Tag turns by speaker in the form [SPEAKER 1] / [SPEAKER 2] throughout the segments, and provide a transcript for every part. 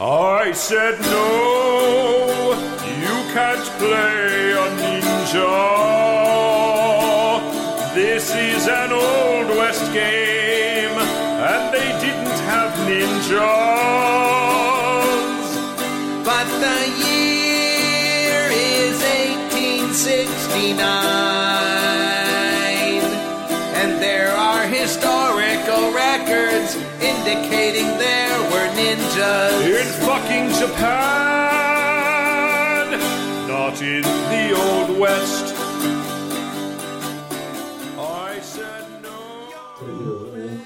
[SPEAKER 1] I said, no, you can't play a ninja. This is an Old West game, and they didn't have ninjas.
[SPEAKER 2] But the year is 1869, and there are historical records indicating there were
[SPEAKER 1] In
[SPEAKER 2] ninjas.
[SPEAKER 1] fucking Japan, not in the Old West. I said, no.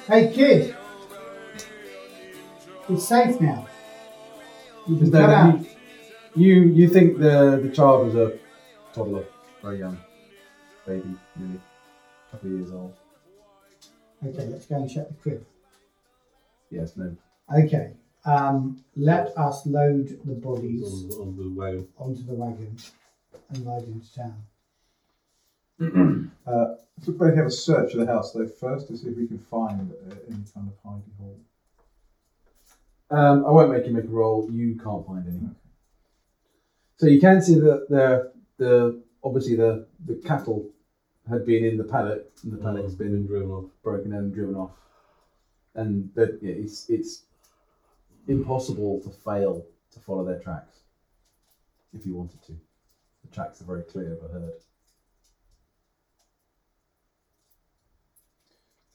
[SPEAKER 3] Hey, kid. It's safe now. You can
[SPEAKER 4] Because
[SPEAKER 3] cut
[SPEAKER 4] no,
[SPEAKER 3] out.
[SPEAKER 4] you, you you think the the child was a toddler, very young, baby, really, couple of years old.
[SPEAKER 3] Okay, let's go and check the crib.
[SPEAKER 4] Yes, no.
[SPEAKER 3] Okay. Um, let us load the bodies
[SPEAKER 5] on, on the way.
[SPEAKER 3] onto the wagon and ride into town.
[SPEAKER 6] Uh, we both have a search of the house though first to see if we can find uh, any kind of hidey hole.
[SPEAKER 4] Um, I won't make you make a roll. You can't find any. So you can see that the the obviously the the cattle had been in the paddock, and the paddock's been
[SPEAKER 5] been driven off.
[SPEAKER 4] broken and driven off, and that yeah, it's it's impossible to fail to follow their tracks if you wanted to. The tracks are very clear of a herd.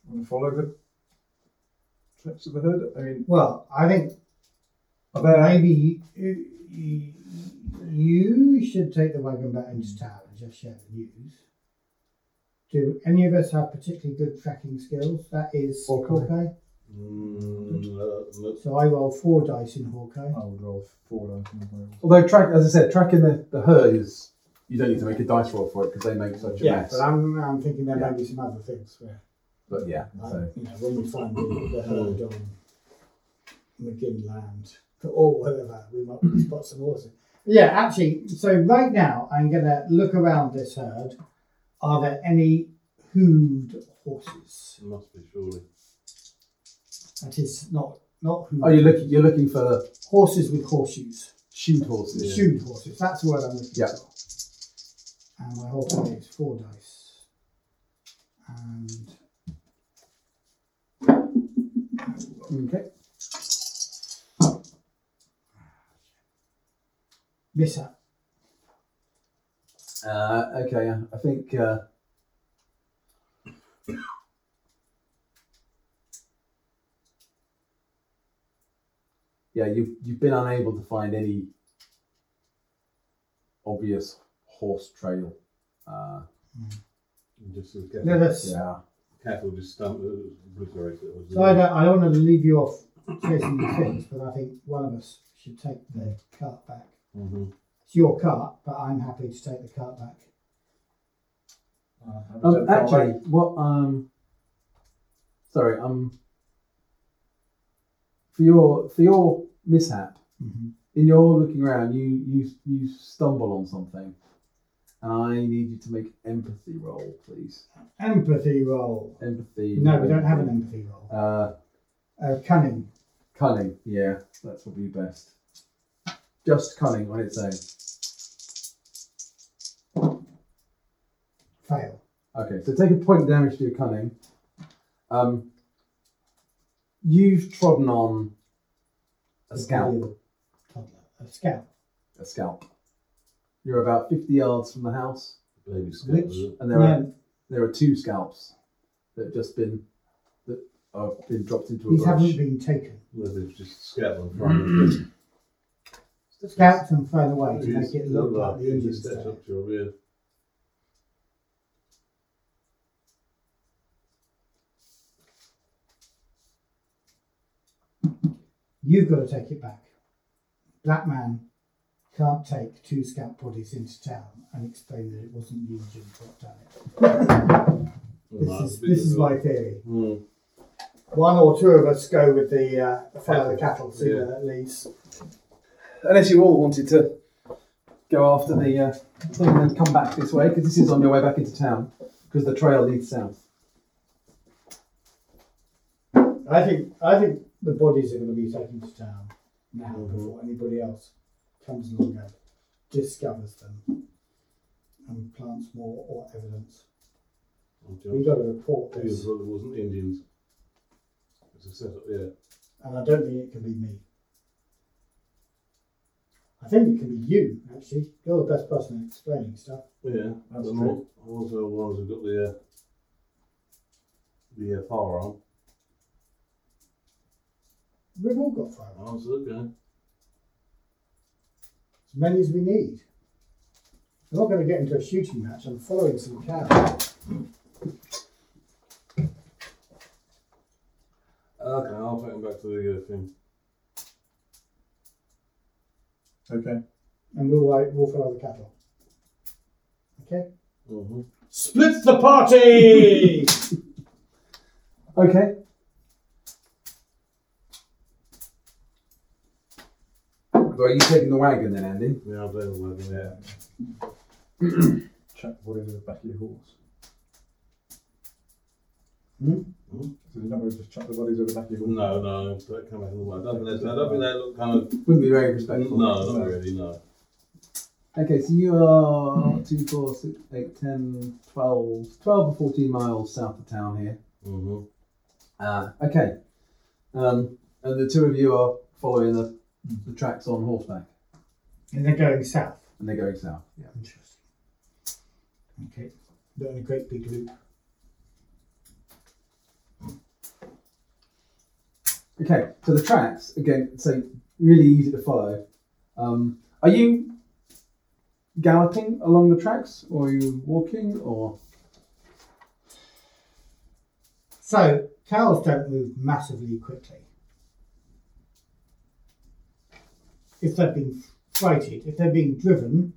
[SPEAKER 6] Want to follow the tracks of the herd? I mean,
[SPEAKER 3] Well, I think
[SPEAKER 6] are there any?
[SPEAKER 3] maybe you, you, you should take the wagon back into town and just share the news. Do any of us have particularly good tracking skills? That is
[SPEAKER 6] Hawkeye.
[SPEAKER 3] Hawkeye.
[SPEAKER 5] Mm, uh, look,
[SPEAKER 3] So I roll four dice in Hawkeye.
[SPEAKER 6] I would roll four dice. and roll.
[SPEAKER 4] Although track, as I said, tracking the, the herd is you don't need to make a dice roll for it because they make such a
[SPEAKER 7] Yeah,
[SPEAKER 4] mess.
[SPEAKER 7] but I'm, I'm thinking there may be some other things where,
[SPEAKER 4] But yeah,
[SPEAKER 7] like,
[SPEAKER 4] so
[SPEAKER 7] you know, when we find the, the herd on McGinn land or whatever, we might spot some horses.
[SPEAKER 3] Yeah, actually, so right now I'm going to look around this herd. Are there any hooved horses?
[SPEAKER 5] it must be surely.
[SPEAKER 3] That is not not hooved.
[SPEAKER 4] oh, you're looking you're looking for
[SPEAKER 3] horses with horseshoes.
[SPEAKER 4] shoot horses.
[SPEAKER 3] Shoot horses. That's the word I'm looking
[SPEAKER 4] Yeah.
[SPEAKER 3] for. And my whole thing is four dice. And
[SPEAKER 4] Okay.
[SPEAKER 3] miss up.
[SPEAKER 4] Uh, okay, yeah, I think. Uh, yeah, you've you've been unable to find any obvious horse trail. Uh,
[SPEAKER 5] Just as cattle,
[SPEAKER 3] Let us.
[SPEAKER 4] yeah.
[SPEAKER 5] cattle just stamped, uh, obliterated. it.
[SPEAKER 3] So I don't, I don't want to leave you off chasing the things, but I think one of us should take the cart back.
[SPEAKER 5] Mhm.
[SPEAKER 3] It's your cart, but I'm happy to take the cart back.
[SPEAKER 6] Uh, I
[SPEAKER 4] Um,
[SPEAKER 6] would say far
[SPEAKER 4] actually,
[SPEAKER 6] away.
[SPEAKER 4] what? Um, sorry. Um, for your for your mishap,
[SPEAKER 3] Mm-hmm.
[SPEAKER 4] in your looking around, you you you stumble on something, and I need you to make an empathy roll, please.
[SPEAKER 3] Empathy roll.
[SPEAKER 4] Empathy.
[SPEAKER 3] No, we don't have an empathy roll.
[SPEAKER 4] Uh,
[SPEAKER 3] Uh, cunning.
[SPEAKER 4] cunning. Yeah, that's probably best. Just cunning on its own.
[SPEAKER 3] Fail.
[SPEAKER 4] Okay, so take a point damage to your cunning. Um, you've trodden on a scalp.
[SPEAKER 3] Toddler. A scalp.
[SPEAKER 4] a scalp. You're about 50 yards from the house,
[SPEAKER 5] Baby scat,
[SPEAKER 3] Which-
[SPEAKER 5] was it?
[SPEAKER 4] and there are
[SPEAKER 3] no,
[SPEAKER 4] there are two scalps that have just been that have been dropped into a
[SPEAKER 3] these
[SPEAKER 4] brush.
[SPEAKER 3] haven't been taken.
[SPEAKER 5] Well, they've just scat on
[SPEAKER 3] Mm,
[SPEAKER 5] front.
[SPEAKER 3] Scalped and thrown away to
[SPEAKER 5] It
[SPEAKER 3] make
[SPEAKER 5] is-
[SPEAKER 3] it look
[SPEAKER 5] look
[SPEAKER 3] like the
[SPEAKER 5] it
[SPEAKER 3] Indians
[SPEAKER 5] steps
[SPEAKER 3] did.
[SPEAKER 5] up to your rear.
[SPEAKER 3] You've got to take it back. Black man can't take two scout bodies into town and explain that it wasn't you, Jim, that done it. This
[SPEAKER 5] Right,
[SPEAKER 3] is,
[SPEAKER 5] because
[SPEAKER 3] this is
[SPEAKER 5] of-
[SPEAKER 3] my theory.
[SPEAKER 5] Hmm.
[SPEAKER 3] One or two of us go with the uh, follow the cattle, see
[SPEAKER 5] Yeah.
[SPEAKER 3] where that leads.
[SPEAKER 4] Unless you all wanted to go after the uh, thing and come back this way, because this is on your way back into town, because the trail leads south.
[SPEAKER 3] I think I think the bodies are going to be taken to town.
[SPEAKER 7] now before anybody else comes along and discovers them and plants more or evidence. We got to report
[SPEAKER 5] His
[SPEAKER 7] this,
[SPEAKER 5] brother wasn't Indians. It's a setup, yeah.
[SPEAKER 7] and I don't think it can be me. I think it can be you, actually. You're the best person at explaining stuff.
[SPEAKER 5] Yeah,
[SPEAKER 6] That's
[SPEAKER 5] I'm
[SPEAKER 6] true.
[SPEAKER 5] al- I'm also the ones who got the uh, the uh, firearm.
[SPEAKER 7] We've all got firearms.
[SPEAKER 5] I was okay.
[SPEAKER 7] as many as we need. We're not going to get into a shooting match. I'm following some cows.
[SPEAKER 5] Okay, I'll take him back to the uh, thing.
[SPEAKER 6] Okay.
[SPEAKER 7] And we'll, like, we'll follow the cattle. Okay?
[SPEAKER 5] Mm-hmm.
[SPEAKER 7] Split the party!
[SPEAKER 4] Okay. So are you taking the wagon then, Andy?
[SPEAKER 5] Yeah, I'll take him back. Yeah.
[SPEAKER 6] Check what is the back of your horse.
[SPEAKER 7] Hmm?
[SPEAKER 5] Hmm?
[SPEAKER 6] So you're not going to just chuck the bodies over the back of your horse?
[SPEAKER 5] No, no, don't come back in the way. I don't think that's- I don't think they look kind of.
[SPEAKER 4] Wouldn't be very respectful.
[SPEAKER 5] No, not really. No.
[SPEAKER 4] Okay, so you are 2, 4, 6, 8, 10, 12, 12 or 14 miles south of town here.
[SPEAKER 5] Mm-hmm.
[SPEAKER 4] Uh, okay. Um, and the two of you are following the, the tracks on horseback
[SPEAKER 3] And they're going south.
[SPEAKER 4] and they're going south. Yeah.
[SPEAKER 3] Interesting. Okay.
[SPEAKER 7] They're in a great big loop.
[SPEAKER 4] Okay, so the tracks again, so really easy to follow. Um, are you galloping along the tracks, or are you walking, or
[SPEAKER 3] So cows don't move massively quickly. If they've been frighted, if they're being driven,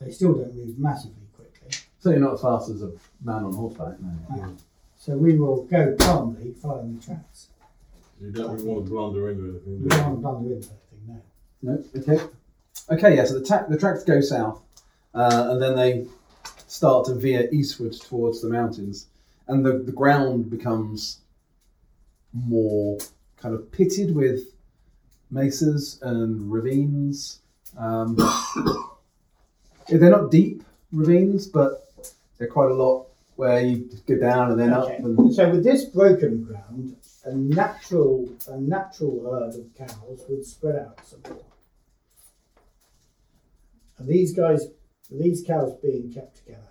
[SPEAKER 3] they still don't move massively quickly.
[SPEAKER 4] certainly not as fast as a man on horseback? No.
[SPEAKER 3] So we will go calmly, following the tracks.
[SPEAKER 5] You don't really want to blunder into anything.
[SPEAKER 3] We
[SPEAKER 5] do you?
[SPEAKER 3] aren't done with anything now.
[SPEAKER 4] No. Okay. Okay. Yeah. So the ta- the tracks go south, uh, and then they start to veer eastwards towards the mountains, and the, the ground becomes more kind of pitted with mesas and ravines. Um, they're not deep ravines, but they're quite a lot where you just go down and then up.
[SPEAKER 7] Okay.
[SPEAKER 4] And
[SPEAKER 7] So with this broken ground, a natural a natural herd of cows would spread out some more. And these guys, these cows being kept together.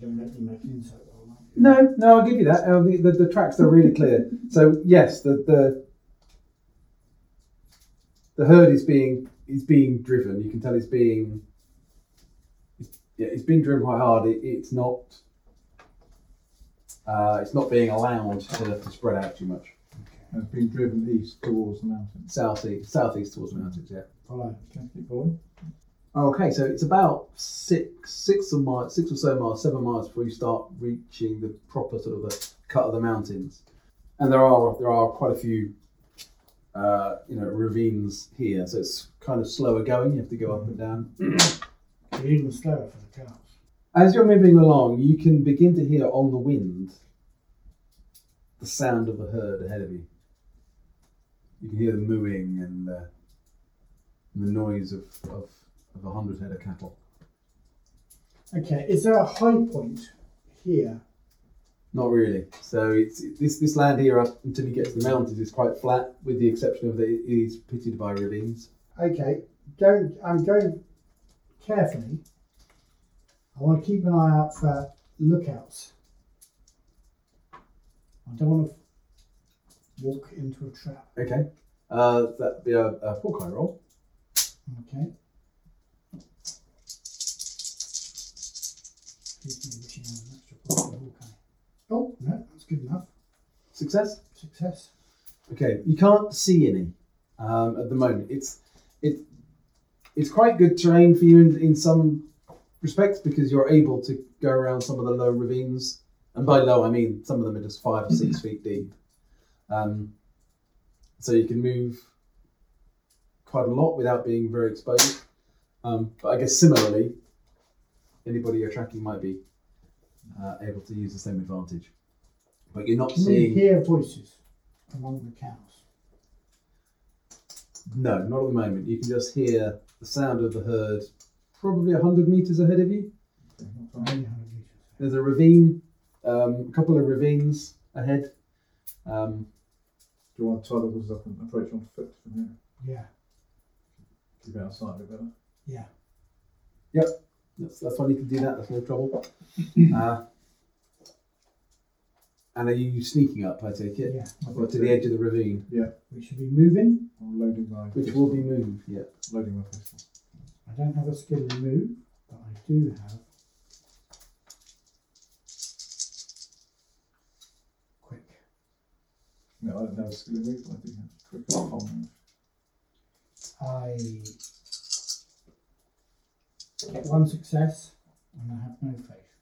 [SPEAKER 7] Don't let me make an insight roll. mate.
[SPEAKER 4] no, no, I'll give you that. Uh, the, the, the tracks are really clear. So yes, the the the herd is being is being driven. You can tell it's being it's- yeah, it's being driven quite hard. It, it's not uh, it's not being allowed to, to spread out too much.
[SPEAKER 6] And it's being driven east towards the mountains.
[SPEAKER 4] Southeast southeast towards the mountains. Yeah.
[SPEAKER 7] Follow.
[SPEAKER 6] Can I keep going?
[SPEAKER 4] Okay, so it's about six, six or mi six or so miles, seven miles before you start reaching the proper sort of the cut of the mountains, and there are there are quite a few, uh, you know, ravines here. So it's kind of slower going. You have to go up and down.
[SPEAKER 3] We're even slower for the cows.
[SPEAKER 4] As you're moving along, you can begin to hear on the wind the sound of the herd ahead of you. You can hear the mooing and the, and the noise of of, of a hundred head of cattle.
[SPEAKER 7] Okay, is there a high point here?
[SPEAKER 4] Not really. So it's this this land here up until you get to the mountains is quite flat, with the exception of that it is pitted by ravines.
[SPEAKER 7] Okay, don't.
[SPEAKER 3] um,
[SPEAKER 7] I'm going carefully.
[SPEAKER 3] I want to keep an eye out for lookouts. I don't want to walk into a trap.
[SPEAKER 4] Okay. Uh, that'd be a, a hawkeye roll.
[SPEAKER 3] Okay. Excuse me, wishing I had an extra point for Hawkeye. Oh, no, that's good enough.
[SPEAKER 4] Success.
[SPEAKER 3] Success.
[SPEAKER 4] Okay. You can't see any um, at the moment. It's it it's quite good terrain for you in, in some respects because you're able to go around some of the low ravines, and by low I mean some of them are just five or six
[SPEAKER 3] Mm-hmm.
[SPEAKER 4] feet deep. Um, so you can move quite a lot without being very exposed. Um, but I guess similarly, anybody you're tracking might be uh, able to use the same advantage. But you're not
[SPEAKER 3] Can we
[SPEAKER 4] seeing.
[SPEAKER 3] hear voices among the cows?
[SPEAKER 4] No, not at the moment. You can just hear the sound of the herd probably 100 metres ahead of you. There's a ravine, um, a couple of ravines ahead. Um,
[SPEAKER 6] Do you want to tie the horses up and approach on foot from here?
[SPEAKER 3] Yeah,
[SPEAKER 6] Keep it outside a bit better.
[SPEAKER 3] yeah.
[SPEAKER 4] that's, that's fine, you can do that, that's no trouble. uh, and are you sneaking up, I take it?
[SPEAKER 3] Yeah.
[SPEAKER 4] Or to the edge of the ravine,
[SPEAKER 3] We should be moving.
[SPEAKER 6] I'm loading my
[SPEAKER 4] which
[SPEAKER 6] pistol.
[SPEAKER 4] will be moved, yeah.
[SPEAKER 6] Loading my pistol.
[SPEAKER 3] I don't have a skill to move, but I do have quick.
[SPEAKER 6] No, I don't know. It's going to move. I think that's quick. I'll move.
[SPEAKER 3] I get one success and I have no faith.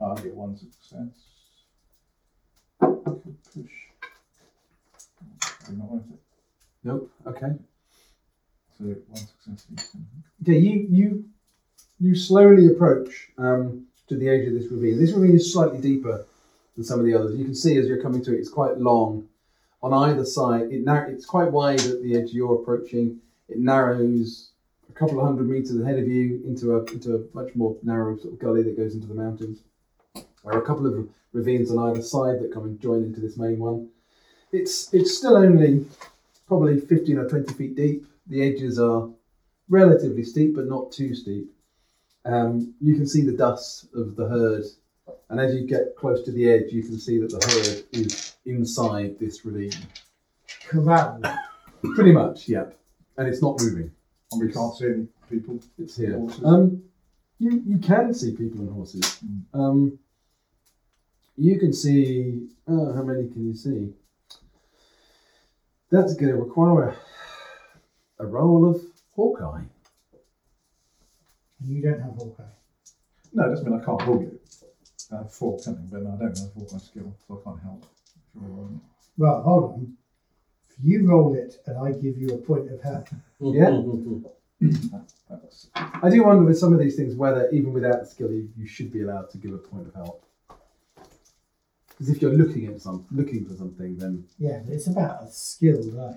[SPEAKER 6] I'll get one success. Could push. Probably not worth it.
[SPEAKER 4] Nope, okay.
[SPEAKER 6] So one success each.
[SPEAKER 4] Okay, you you you slowly approach um, to the edge of this ravine. This ravine is slightly deeper than some of the others. You can see as you're coming to it, it's quite long on either side. It nar- it's quite wide at the edge you're approaching. It narrows a couple of hundred meters ahead of you into a into a much more narrow sort of gully that goes into the mountains. There are a couple of ravines on either side that come and join into this main one. It's it's still only probably 15 or 20 feet deep. The edges are relatively steep, but not too steep. Um, you can see the dust of the herd, and as you get close to the edge, you can see that the herd is inside this ravine.
[SPEAKER 3] Corral.
[SPEAKER 4] Pretty much, yeah. And it's not moving.
[SPEAKER 6] And we can't see any people.
[SPEAKER 4] It's here.
[SPEAKER 6] Horses.
[SPEAKER 4] Um, you you can see people and horses. Um, you can see. Oh, how many can you see? That's going to require a roll of Hawkeye.
[SPEAKER 3] And you don't have Hawkeye.
[SPEAKER 6] No, it doesn't mean I can't log it. I have four something, but I don't have four my skill, so I can't help. If you're all right.
[SPEAKER 3] Well, hold on. If you roll it and I give you a point of health,
[SPEAKER 6] That's
[SPEAKER 4] I do wonder with some of these things whether, even without skill, you, you should be allowed to give a point of help. Because if you're looking at some, looking for something, then.
[SPEAKER 3] yeah, but it's about a skill, right?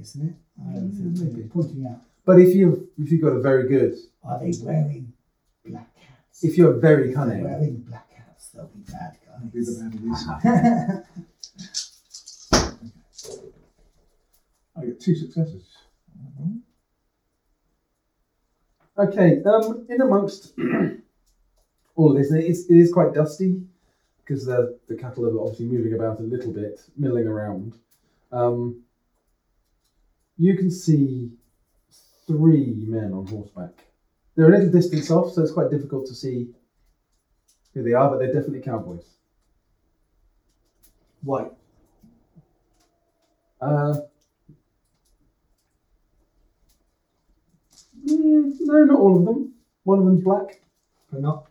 [SPEAKER 3] Isn't it? I don't think so. Pointing out,
[SPEAKER 4] But if you if you've got a very good,
[SPEAKER 8] Are they wearing black hats?
[SPEAKER 4] if you're very
[SPEAKER 8] If they're
[SPEAKER 4] cunning,
[SPEAKER 8] wearing black hats, they'll be bad
[SPEAKER 6] be the
[SPEAKER 8] guys.
[SPEAKER 6] bad news. I get two successes.
[SPEAKER 4] Okay, um, in amongst all of this, and it is, it is quite dusty because the, the cattle are obviously moving about a little bit, milling around. Um, you can see three men on horseback. They're a little distance off, so it's quite difficult to see who they are, but they're definitely cowboys.
[SPEAKER 8] White.
[SPEAKER 4] Uh, mm, no, not all of them. One of them's black.
[SPEAKER 3] but not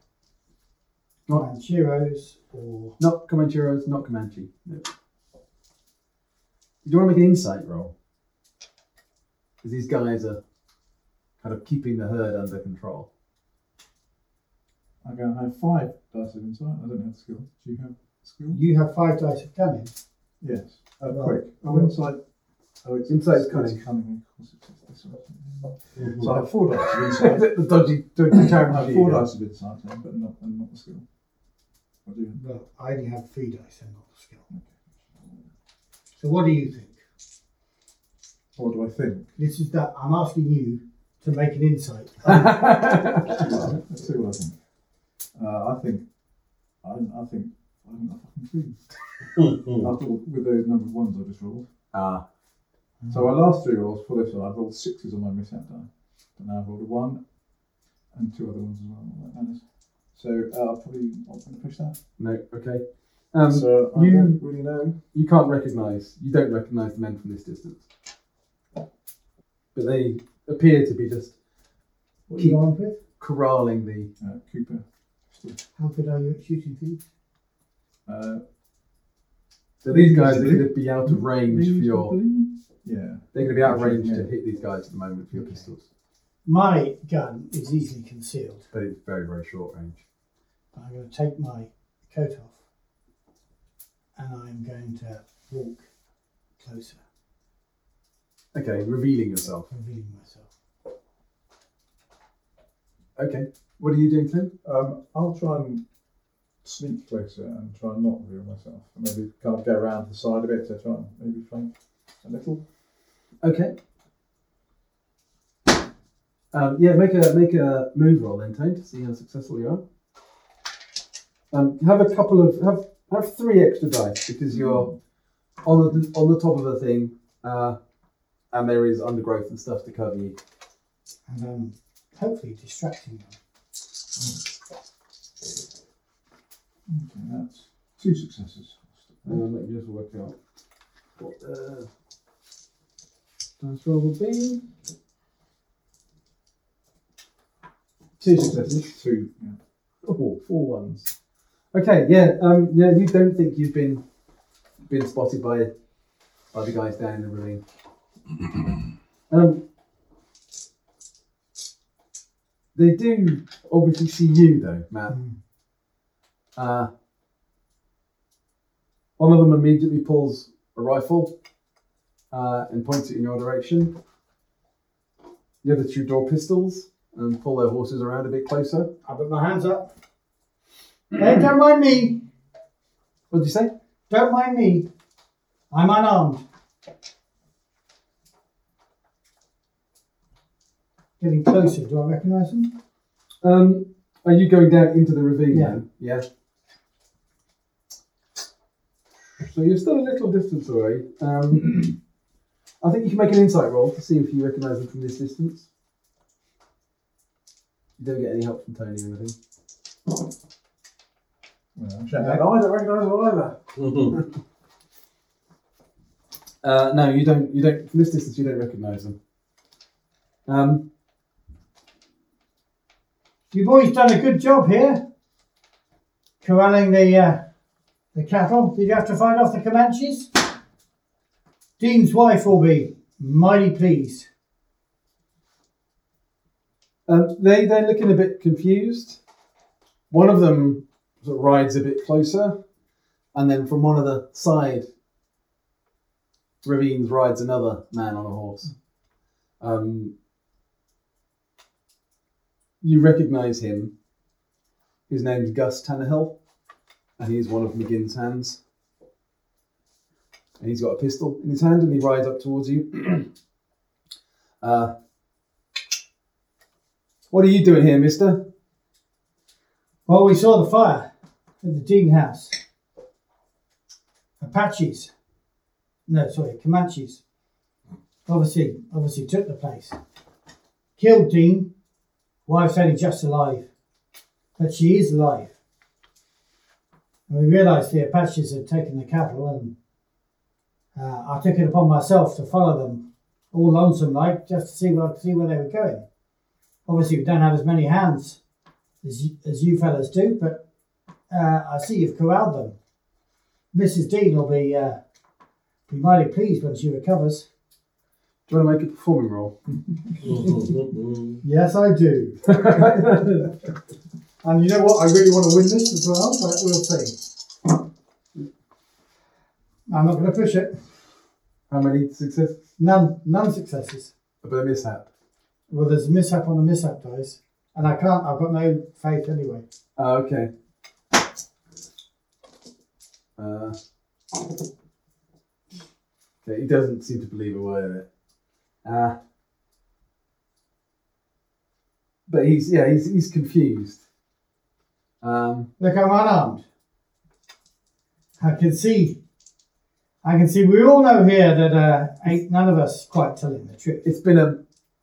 [SPEAKER 4] Not
[SPEAKER 3] Manchiros or
[SPEAKER 4] Not Comancheros, not Comanche. No. Do you want to make an insight roll? Because these guys are kind of keeping the herd under control.
[SPEAKER 6] I go, I have five dice of insight. I don't have skill. Do you have skill?
[SPEAKER 3] you have five dice of damage.
[SPEAKER 6] Yes. Uh,
[SPEAKER 3] Right.
[SPEAKER 6] Quick. Oh,
[SPEAKER 3] Well-
[SPEAKER 6] insight. Oh, it's
[SPEAKER 4] Insight is
[SPEAKER 6] it's
[SPEAKER 4] cunning.
[SPEAKER 6] cunning. Mm-hmm. Of course it is. This one. So I have four dice of insight.
[SPEAKER 4] the dodgy, dodgy
[SPEAKER 6] I have
[SPEAKER 4] character.
[SPEAKER 6] four dice of insight, then, but not, and not the skill. What do you have?
[SPEAKER 3] Well, I only have three dice and not a skill. So what do you think?
[SPEAKER 6] What do I think?
[SPEAKER 3] This is that I'm asking you to make an insight.
[SPEAKER 6] Well, Let's see what I think. Uh, I think, I, I think, I haven't got a fucking clue. After all, with those number ones I just rolled.
[SPEAKER 4] Ah,
[SPEAKER 6] So my last three rolls for this one, I've rolled sixes on my mishap die. But now I've rolled a one and two other ones as well. all that matters. So uh, I'll probably not going to push that.
[SPEAKER 4] no, okay. Um,
[SPEAKER 6] so I
[SPEAKER 4] you-
[SPEAKER 6] don't really know.
[SPEAKER 4] you can't recognise, you don't recognise the men from this distance. But they appear to be just
[SPEAKER 3] What are you
[SPEAKER 4] Keep-
[SPEAKER 3] armed with?
[SPEAKER 4] corralling the.
[SPEAKER 6] Uh, Cooper.
[SPEAKER 3] How good are you at shooting things?
[SPEAKER 6] Uh,
[SPEAKER 4] So these guys are going to be out of range for your.
[SPEAKER 6] yeah.
[SPEAKER 4] They're going to be out of range to hit these guys at the moment for your pistols.
[SPEAKER 3] My gun is easily concealed,
[SPEAKER 4] But it's very, very short range.
[SPEAKER 3] but I'm going to take my coat off and I'm going to walk closer.
[SPEAKER 4] Okay, revealing yourself.
[SPEAKER 3] revealing myself.
[SPEAKER 4] Okay. What are you doing, Tim?
[SPEAKER 6] Um, I'll try and sneak closer and try and not reveal myself. And maybe kind of go around the side a bit to try and maybe flank a little.
[SPEAKER 4] Okay. Um, yeah, make a make a move roll then, Tane, to see how successful you are. Um, have a couple of have have three extra dice because you're on the on the top of a thing, uh, and there is undergrowth and stuff to cover you.
[SPEAKER 3] And um, hopefully distracting them.
[SPEAKER 6] Okay, that's two successes.
[SPEAKER 4] Um, let me just work out what the dice roll will be. Two successes.
[SPEAKER 6] Two. Yeah.
[SPEAKER 4] Oh, four ones. Okay, yeah, um, yeah. You don't think you've been been spotted by by the guys down in the ravine. um, they do obviously see you though, Matt. Uh, one of them immediately pulls a rifle uh, and points it in your direction. The other two draw pistols and pull their horses around a bit closer.
[SPEAKER 3] I put my hands up. hey, don't mind me.
[SPEAKER 4] What did you say?
[SPEAKER 3] Don't mind me. I'm unarmed. Getting closer. Do I recognise him?
[SPEAKER 4] Um, are you going down into the ravine
[SPEAKER 3] Yeah.
[SPEAKER 4] then? Yeah. So you're still a little distance away. Um, I think you can make an insight roll to see if you recognise them from this distance. You don't get any help from Tony or anything.
[SPEAKER 6] Well, I'm shouting out,
[SPEAKER 4] I don't recognise them either. Uh, no, you don't. You don't. From this distance, you don't recognise them. Um,
[SPEAKER 3] You boys done a good job here, corralling the uh, the cattle. Did you have to fight off the Comanches? Dean's wife will be mighty pleased.
[SPEAKER 4] Um, they they're looking a bit confused. One of them sort of rides a bit closer, and then from one of the side ravines rides another man on a horse. Um, you recognise him. His name's Gus Tannehill, and he's one of McGinn's hands. And he's got a pistol in his hand, and he rides up towards you. uh, what are you doing here, Mister?
[SPEAKER 3] Well, we saw the fire at the Dean house. Apaches. No, sorry, Comanches. Obviously, obviously took the place. Killed Dean. Wife's only just alive. But she is alive. And we realised the Apaches had taken the cattle and uh, I took it upon myself to follow them all lonesome like just to see where, see where they were going. Obviously, we don't have as many hands as you, as you fellas do, but uh, I see you've corralled them. Mrs. Dean will be uh, be mighty pleased when she recovers.
[SPEAKER 4] Do you want to make a performing roll?
[SPEAKER 3] Yes, I do.
[SPEAKER 5] And you know what? I really want to win this as well, but we'll see.
[SPEAKER 3] I'm not going to push it.
[SPEAKER 4] How many successes?
[SPEAKER 3] None, none successes.
[SPEAKER 4] But a mishap.
[SPEAKER 3] Well, there's a mishap on the mishap dice, and I can't. I've got no faith anyway.
[SPEAKER 4] Oh, okay. Uh, okay, he doesn't seem to believe a word of it. Uh, but he's yeah he's he's confused. Um,
[SPEAKER 3] Look, I'm unarmed. I can see. I can see. We all know here that uh, ain't none of us quite telling the truth.
[SPEAKER 4] it's been a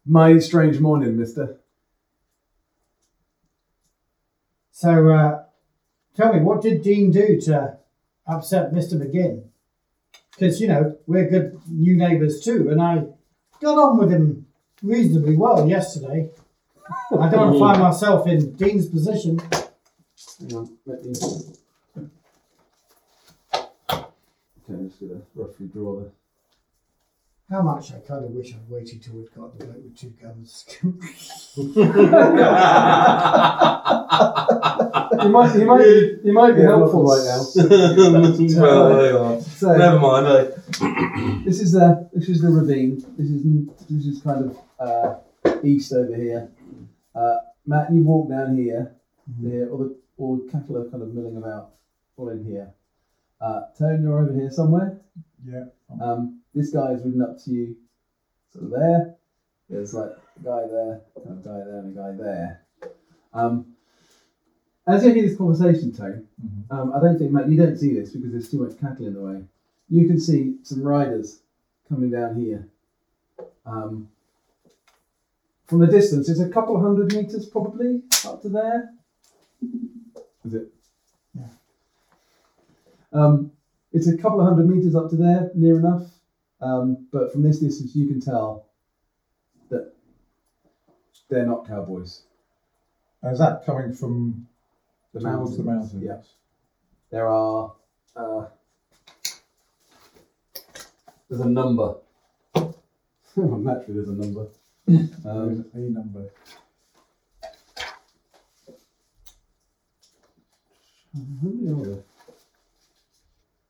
[SPEAKER 4] mighty strange morning, Mister.
[SPEAKER 3] So, uh, tell me, what did Dean do to upset Mr. McGinn? Because, you know, we're good new neighbours too, and I got on with him reasonably well yesterday. I don't want to find myself in Dean's position.
[SPEAKER 4] Hang on, let me. Okay, I'm just gonna roughly draw the
[SPEAKER 5] How much I kind of wish I'd waited till we'd got the bloke with two guns.
[SPEAKER 4] You might, you might, be- you might be
[SPEAKER 6] Yeah,
[SPEAKER 4] helpful
[SPEAKER 6] well,
[SPEAKER 4] right now.
[SPEAKER 5] well, there you are.
[SPEAKER 4] So
[SPEAKER 5] Never mind. I,
[SPEAKER 4] this is the this is the ravine. This is this is kind of uh, east over here. Uh, Matt, you walk down here.
[SPEAKER 6] Mm-hmm.
[SPEAKER 4] Here, all the all the cattle are kind of milling about, all in here. Uh, Tone, you're over here somewhere.
[SPEAKER 6] Yeah.
[SPEAKER 4] Um, this guy is ridden up to you, sort of there. There's like a guy there, and a guy there, and a guy there. Um, as you hear this conversation, Tone, um, I don't think Matt, you don't see this because there's too much cattle in the way. You can see some riders coming down here. Um, from a distance, it's a couple hundred meters probably up to there. Is it?
[SPEAKER 3] Yeah.
[SPEAKER 4] Um, it's a couple of hundred meters up to there, near enough. Um, but from this distance, you can tell that they're not cowboys.
[SPEAKER 6] Is that coming from
[SPEAKER 4] The
[SPEAKER 6] towards the mountains?
[SPEAKER 4] Yeah. There are. Uh, there's a number. Naturally, there's a number.
[SPEAKER 6] There's
[SPEAKER 4] Um,
[SPEAKER 6] a number.
[SPEAKER 4] how many are there?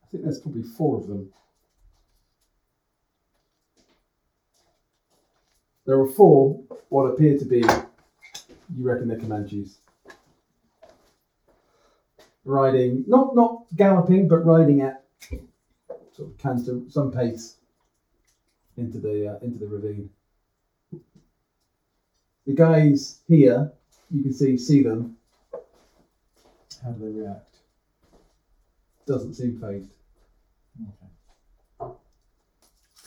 [SPEAKER 4] I think there's probably four of them. There are four, what appear to be, you reckon they're Comanches. Riding, not not galloping, but riding at sort of canter, some pace into the uh, into the ravine. The guys here, you can see see them,
[SPEAKER 6] How do they react?
[SPEAKER 4] doesn't seem phased.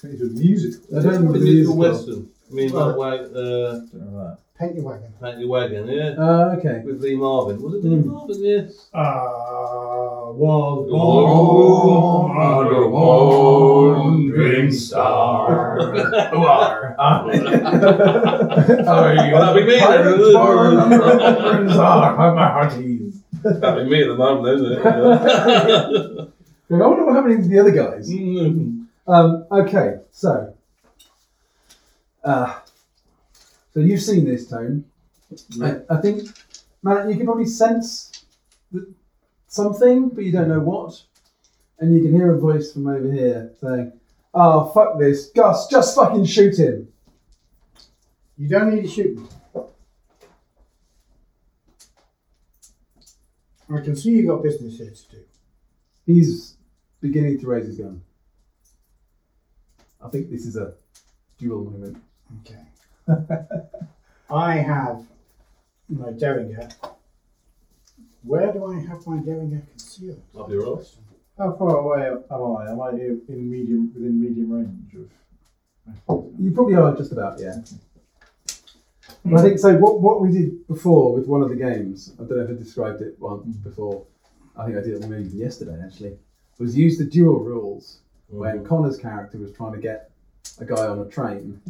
[SPEAKER 6] It's a music.
[SPEAKER 4] I don't remember the
[SPEAKER 5] Little
[SPEAKER 4] musical.
[SPEAKER 5] Western. I mean, that way, uh,
[SPEAKER 6] Don't know that.
[SPEAKER 3] Paint your wagon.
[SPEAKER 5] Painted Wagon, yeah.
[SPEAKER 4] Uh, okay.
[SPEAKER 5] With Lee Marvin. Was it Lee
[SPEAKER 4] Mm.
[SPEAKER 5] Marvin? Yes.
[SPEAKER 1] Ah, was
[SPEAKER 5] born
[SPEAKER 1] under wandering star.
[SPEAKER 5] That'd be me then. That'd be me at the moment, isn't it? Yeah.
[SPEAKER 4] I wonder what happened to the other guys.
[SPEAKER 5] Mm.
[SPEAKER 4] Um, okay, so. Uh, so you've seen this, Tone. I, I think, Matt, you can probably sense th- something, but you don't know what. And you can hear a voice from over here saying, Oh, fuck this. Gus, just fucking shoot him.
[SPEAKER 3] You don't need to shoot me. I can see you got business here to do.
[SPEAKER 4] He's beginning to raise his gun. I think this is a duel moment.
[SPEAKER 3] Okay. I have my Derringer. Where do I have my Derringer concealed?
[SPEAKER 5] Up your arse.
[SPEAKER 6] How far away am I? Am I in in medium within medium range of?
[SPEAKER 4] You probably are just about, yeah.
[SPEAKER 3] Hmm.
[SPEAKER 4] But I think so. What, what we did before with one of the games, I don't know if I described it
[SPEAKER 3] Hmm.
[SPEAKER 4] once before. I think I did it maybe yesterday actually. Was use the dual rules
[SPEAKER 3] Mm-hmm.
[SPEAKER 4] when Connor's character was trying to get a guy on a train,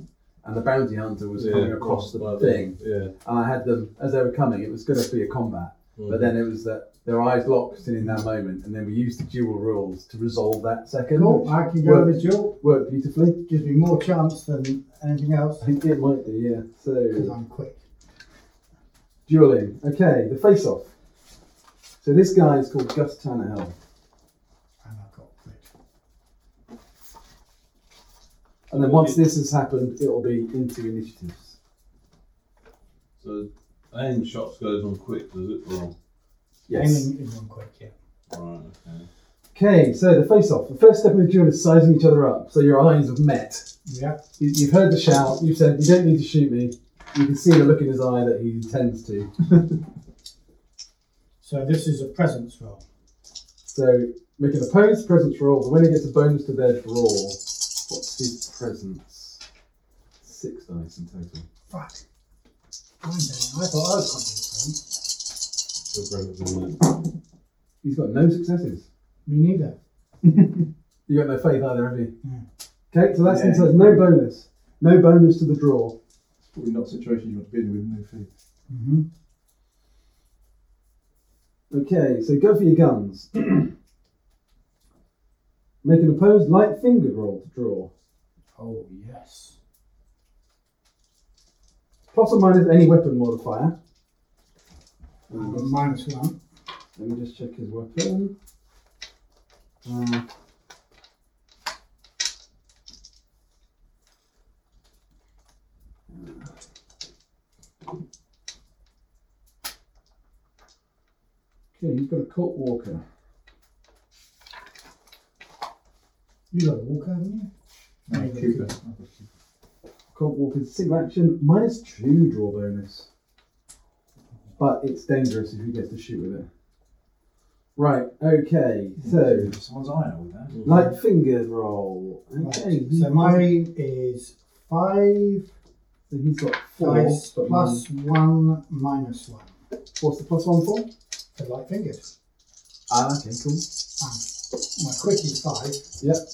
[SPEAKER 4] and the bounty hunter was
[SPEAKER 5] Yeah,
[SPEAKER 4] coming across the
[SPEAKER 5] by
[SPEAKER 4] thing,
[SPEAKER 5] Yeah.
[SPEAKER 4] and I had them as they were coming. It was going to be a combat,
[SPEAKER 3] Mm-hmm.
[SPEAKER 4] but then it was that their eyes locked in in that moment, and then we used the dual rules to resolve that second.
[SPEAKER 3] Cool, I can go with you.
[SPEAKER 4] Worked beautifully.
[SPEAKER 3] Gives me more chance than anything else
[SPEAKER 4] I think it might do, yeah.
[SPEAKER 3] because
[SPEAKER 4] So
[SPEAKER 3] I'm quick.
[SPEAKER 4] dueling. Okay, the face off. So this guy is called Gus Tannehill.
[SPEAKER 3] And I've got quick.
[SPEAKER 4] And then once this has happened, it'll be into initiatives.
[SPEAKER 5] So, aim shots goes on quick, does it? Or,
[SPEAKER 4] Yes.
[SPEAKER 3] Aiming is one quick, yeah.
[SPEAKER 5] right, okay.
[SPEAKER 4] Okay, so the face off. The first step in the duel is sizing each other up. So your eyes have met.
[SPEAKER 3] Yeah.
[SPEAKER 4] You, you've heard the shout, you've said, You don't need to shoot me. You can see the look in his eye that he intends to.
[SPEAKER 3] So this is a presence roll.
[SPEAKER 4] So make an opponent's presence roll. The winner gets a bonus to their draw. What's his presence? Six dice in total.
[SPEAKER 3] Fuck. I'm down. I thought I was
[SPEAKER 5] Good break at the moment.
[SPEAKER 4] He's got no successes.
[SPEAKER 3] coming Me neither.
[SPEAKER 4] You got no faith either, have you?
[SPEAKER 3] No.
[SPEAKER 4] Okay, so that's
[SPEAKER 6] Yeah.
[SPEAKER 4] it. So there's no bonus. No bonus to the draw.
[SPEAKER 6] It's probably not a situation you want to be in with no feet.
[SPEAKER 3] Mm-hmm.
[SPEAKER 4] Okay, so go for your guns. Make an opposed light finger roll to draw.
[SPEAKER 3] Oh, yes.
[SPEAKER 4] Plus or minus any weapon modifier.
[SPEAKER 3] I've got minus one.
[SPEAKER 4] Let me just check his weapon. Uh, okay, he's got a Colt Walker.
[SPEAKER 3] You got a walker, haven't you?
[SPEAKER 6] No, Cooper.
[SPEAKER 4] Colt Walker's single action minus two draw bonus. But it's dangerous if he gets to shoot with it. Right, okay, so
[SPEAKER 6] Someone's eye out with that.
[SPEAKER 4] light fingers roll. Okay,
[SPEAKER 3] Right.
[SPEAKER 4] he-
[SPEAKER 3] So mine is five
[SPEAKER 4] so he's got four.
[SPEAKER 3] dice
[SPEAKER 4] but
[SPEAKER 3] plus one minus one.
[SPEAKER 4] mine- what's the plus one for?
[SPEAKER 3] For light fingers.
[SPEAKER 4] Ah, okay, cool.
[SPEAKER 3] My quick is five.
[SPEAKER 4] Yep.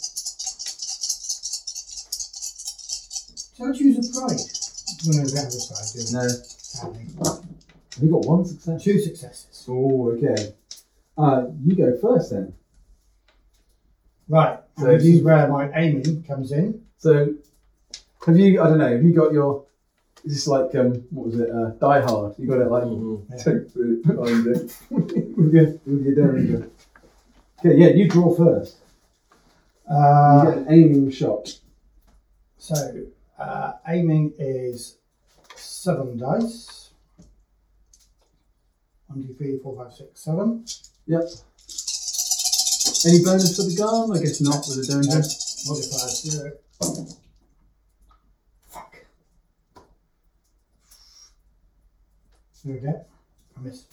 [SPEAKER 3] Did I choose a pride? No, that was pride, didn't
[SPEAKER 4] No,
[SPEAKER 3] I?
[SPEAKER 4] he got one success.
[SPEAKER 3] Two successes.
[SPEAKER 4] Oh, okay. Uh, you go first then.
[SPEAKER 3] Right.
[SPEAKER 4] So
[SPEAKER 3] So this is
[SPEAKER 4] it's-
[SPEAKER 3] where my aiming comes in.
[SPEAKER 4] So, have you? I don't know. Have you got your? Is this like um? What was it? Uh, Die Hard. You got it like
[SPEAKER 6] Take the binder.
[SPEAKER 4] with your with your derringer. Okay, yeah, you draw first. You
[SPEAKER 3] Uh,
[SPEAKER 4] get an aiming shot.
[SPEAKER 3] So uh, aiming is seven dice. One, two, three, four, five, six, seven.
[SPEAKER 4] Yep. Any bonus for the gun? I guess not with a derringer.
[SPEAKER 3] Modifier zero. Fuck. There we go. I missed.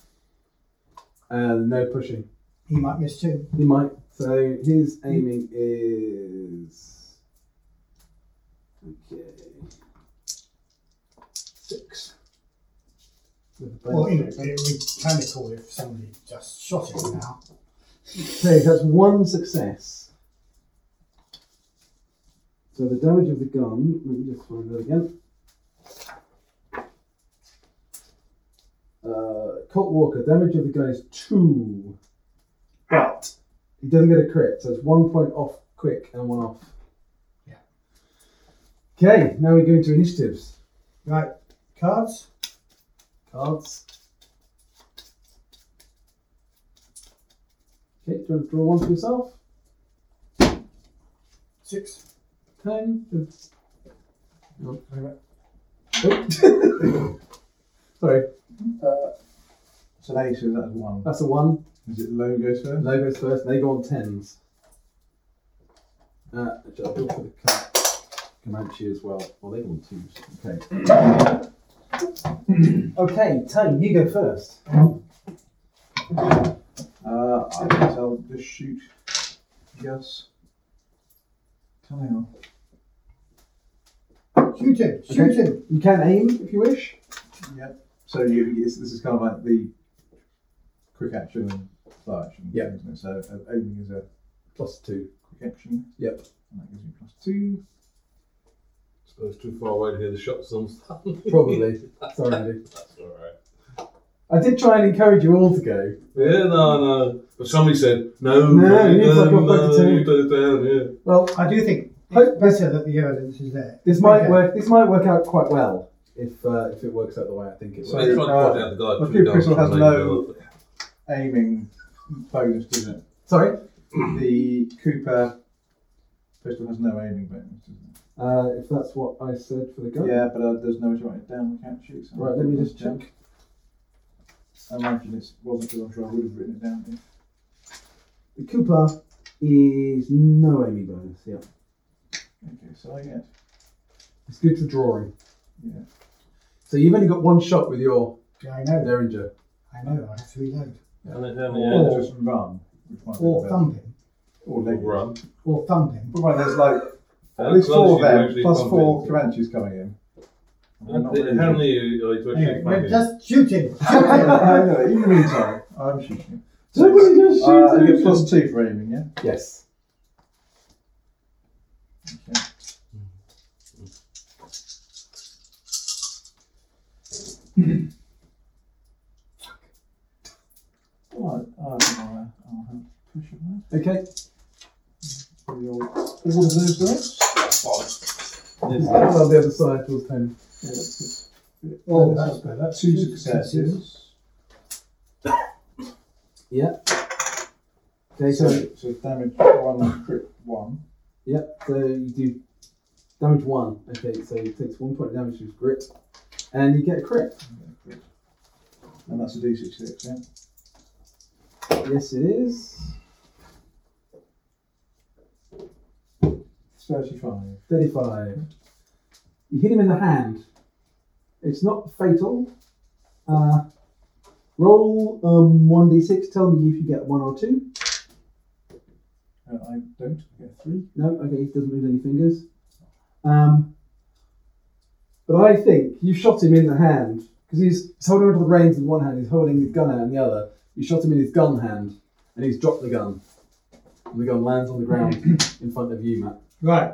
[SPEAKER 4] Uh, no pushing.
[SPEAKER 3] He might miss too.
[SPEAKER 4] He might. So his aiming is okay. Six. With a
[SPEAKER 3] Well, you know,
[SPEAKER 4] bonus.
[SPEAKER 3] it would be kind of cool if somebody just shot him now.
[SPEAKER 4] Okay, that's one success. So the damage of the gun, let me just find that again. Uh, Colt Walker, damage of the gun is two. But he doesn't get a crit, so it's one point off quick and one off.
[SPEAKER 3] Yeah.
[SPEAKER 4] Okay, now we go into initiatives.
[SPEAKER 3] Right. Cards.
[SPEAKER 4] Cards. Okay, do you want to draw one for yourself?
[SPEAKER 3] Six.
[SPEAKER 4] Ten.
[SPEAKER 6] Oh, right.
[SPEAKER 4] Oh. Sorry, Uh,
[SPEAKER 6] So they so that's one.
[SPEAKER 4] that's a one.
[SPEAKER 6] Is it logos first?
[SPEAKER 4] Logos first, they go on tens. Uh, actually, I'll do it for the Ca- Comanche as well. Well, they go on twos. Okay. okay, Tang, you go first.
[SPEAKER 6] Uh, I guess I'll just shoot. Yes. Come on.
[SPEAKER 3] Shoot him. Shoot
[SPEAKER 4] Okay.
[SPEAKER 3] him.
[SPEAKER 4] You can aim if you wish.
[SPEAKER 6] Yep. So you, it's, this is kind of like the quick action and slow action.
[SPEAKER 4] Yeah.
[SPEAKER 6] Isn't it? So uh, aiming is a
[SPEAKER 4] Plus two.
[SPEAKER 6] quick action.
[SPEAKER 4] Yep.
[SPEAKER 6] And that gives me plus two.
[SPEAKER 5] Suppose too far away to hear the shots on Stanley.
[SPEAKER 4] Probably. Sorry, Andy.
[SPEAKER 5] That's alright.
[SPEAKER 4] I did try and encourage you all to go.
[SPEAKER 5] Yeah, no, no. But somebody said, no,
[SPEAKER 4] No,
[SPEAKER 5] no,
[SPEAKER 4] you
[SPEAKER 5] no,
[SPEAKER 4] fuck off back to
[SPEAKER 5] no,
[SPEAKER 4] two.
[SPEAKER 5] you put it down, yeah.
[SPEAKER 4] Well,
[SPEAKER 3] I do think it's better that the evidence is there.
[SPEAKER 4] this might
[SPEAKER 3] Okay.
[SPEAKER 4] work. This might work out quite well if uh, if it works out the way I think it
[SPEAKER 6] So
[SPEAKER 5] They're
[SPEAKER 4] will.
[SPEAKER 6] you-
[SPEAKER 5] trying to
[SPEAKER 6] uh,
[SPEAKER 5] point out the guy
[SPEAKER 6] the
[SPEAKER 5] two
[SPEAKER 6] few
[SPEAKER 5] down
[SPEAKER 6] crystal has
[SPEAKER 5] and
[SPEAKER 6] no-
[SPEAKER 5] they go,
[SPEAKER 6] Aiming bonus, doesn't it?
[SPEAKER 4] Sorry.
[SPEAKER 6] The Cooper pistol has no aiming bonus, does it?
[SPEAKER 4] Uh, if that's what I said for the gun.
[SPEAKER 6] Yeah, but uh, there's no way to write it down. We can't shoot. so-
[SPEAKER 4] Right, let me just check.
[SPEAKER 6] I imagine it wasn't because I'm sure I would have written it down. Here.
[SPEAKER 4] The Cooper is no aiming bonus. Yeah,
[SPEAKER 6] Okay, so I get
[SPEAKER 4] it's good for drawing.
[SPEAKER 6] Yeah.
[SPEAKER 4] So you've only got one shot with your
[SPEAKER 3] Yeah, I know.
[SPEAKER 4] derringer.
[SPEAKER 3] I know. I have to reload.
[SPEAKER 5] And they turn
[SPEAKER 6] or
[SPEAKER 5] the
[SPEAKER 6] just run, which might be
[SPEAKER 3] Or
[SPEAKER 6] better.
[SPEAKER 3] thump him.
[SPEAKER 6] or
[SPEAKER 5] edge.
[SPEAKER 6] leg.
[SPEAKER 5] Run.
[SPEAKER 3] Or thump him.
[SPEAKER 6] But right, there's like
[SPEAKER 5] How
[SPEAKER 6] at least
[SPEAKER 5] close
[SPEAKER 6] four
[SPEAKER 5] are you to
[SPEAKER 6] there,
[SPEAKER 5] actually
[SPEAKER 6] plus four
[SPEAKER 5] thumping?
[SPEAKER 6] Comanches coming in. I'm
[SPEAKER 5] How
[SPEAKER 6] not
[SPEAKER 5] many
[SPEAKER 6] really
[SPEAKER 5] are you are you uh, to actually
[SPEAKER 3] Anyway,
[SPEAKER 5] thumping?
[SPEAKER 3] just shoot him.
[SPEAKER 6] sure. No, no, in the meantime, I'm shooting.
[SPEAKER 4] Somebody just
[SPEAKER 6] Uh, I
[SPEAKER 4] shoot
[SPEAKER 6] get plus two for aiming, yeah?
[SPEAKER 4] Yes.
[SPEAKER 6] Alright, I don't know, uh, I'll have to push it there.
[SPEAKER 4] Okay.
[SPEAKER 6] Probably all, all of those there.
[SPEAKER 4] Just stand on the other side towards ten.
[SPEAKER 6] Yeah, that's good.
[SPEAKER 3] Oh, that's better.
[SPEAKER 6] Two successes.
[SPEAKER 4] Yeah. Okay, so
[SPEAKER 6] So, so damage one, crit one.
[SPEAKER 4] yeah, so you do damage one. Okay, so it takes one point of damage to his grit, and you get a crit.
[SPEAKER 6] And that's a d66, yeah?
[SPEAKER 4] Yes, it is.
[SPEAKER 6] 35.
[SPEAKER 4] 35. You hit him in the hand. It's not fatal. Uh, roll um, 1d6. Tell me if you get one or two.
[SPEAKER 6] Uh, I don't get 3.
[SPEAKER 4] No? Okay, he doesn't lose any fingers. Um, but I think you shot him in the hand because he's, he's holding onto the reins in one hand, he's holding his gun out in the other. You shot him in his gun hand and he's dropped the gun. And the gun lands on the ground in front of you, Matt.
[SPEAKER 7] Right.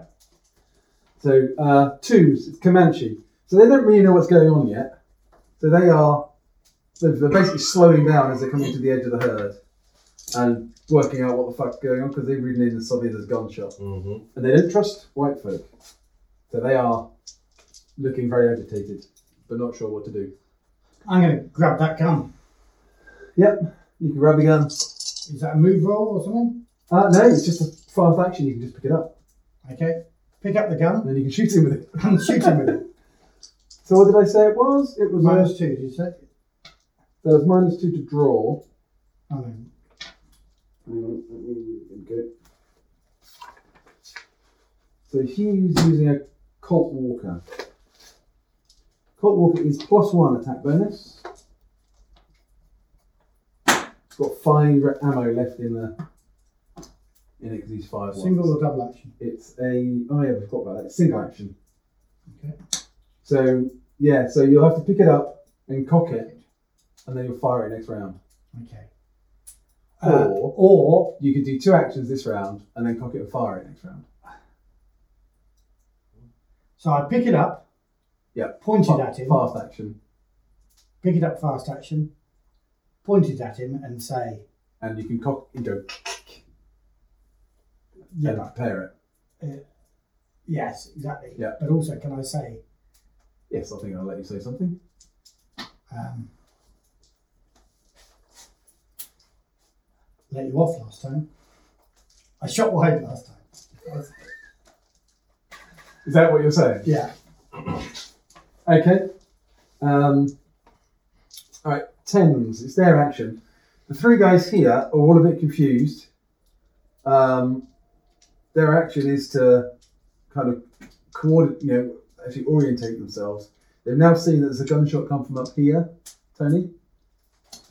[SPEAKER 4] So uh, twos, it's Comanche. So they don't really know what's going on yet. So they are they're they're basically slowing down as they're coming to the edge of the herd and working out what the fuck's going on because they read in the Soviet as gunshot
[SPEAKER 5] Mm-hmm.
[SPEAKER 4] and they don't trust white folk. So they are looking very agitated, but not sure what to do.
[SPEAKER 7] I'm going to grab that gun.
[SPEAKER 4] Yep, you can grab the gun.
[SPEAKER 7] Is that a move roll or something?
[SPEAKER 4] Uh, no, it's just a fast action. You can just pick it up
[SPEAKER 7] Okay. Pick up the gun
[SPEAKER 4] and then you can shoot him with it.
[SPEAKER 7] and shoot him with it.
[SPEAKER 4] So what did I say it was? It was minus,
[SPEAKER 7] Minus two, did you say?
[SPEAKER 4] there was minus two to draw.
[SPEAKER 7] Oh, no.
[SPEAKER 4] Hang on, let me get it. So he's using a Colt Walker. Colt Walker is plus one attack bonus. He's got five re- ammo left in the in it because he's five.
[SPEAKER 7] Single or
[SPEAKER 4] ones.
[SPEAKER 7] double action?
[SPEAKER 4] It's a oh yeah, we forgot about that. It's single action.
[SPEAKER 7] Okay.
[SPEAKER 4] So yeah, so you'll have to pick it up and cock it, and then you'll fire it next round.
[SPEAKER 7] Okay. Uh, or
[SPEAKER 4] You could do two actions this round and then cock it and fire it next round.
[SPEAKER 7] so I pick it up,
[SPEAKER 4] Yeah.
[SPEAKER 7] pointed
[SPEAKER 4] Fa-
[SPEAKER 7] at him,
[SPEAKER 4] Fast action.
[SPEAKER 7] pick it up fast action, pointed at him, and say,
[SPEAKER 4] And you can cock you go
[SPEAKER 7] "Yeah,
[SPEAKER 4] and prepare it.
[SPEAKER 7] yes, exactly."
[SPEAKER 4] Yeah.
[SPEAKER 7] But also, can I say,
[SPEAKER 4] Yes, I think I'll let you say something.
[SPEAKER 7] um, "Let you off last time." I shot wide last time.
[SPEAKER 4] Is that what you're saying?
[SPEAKER 7] Yeah.
[SPEAKER 4] Okay. Um, all right, tens. It's their action. The three guys here are all a bit confused. Um, their action is to kind of coordinate, you know, actually orientate themselves. They've now seen that there's a gunshot come from up here, Tony.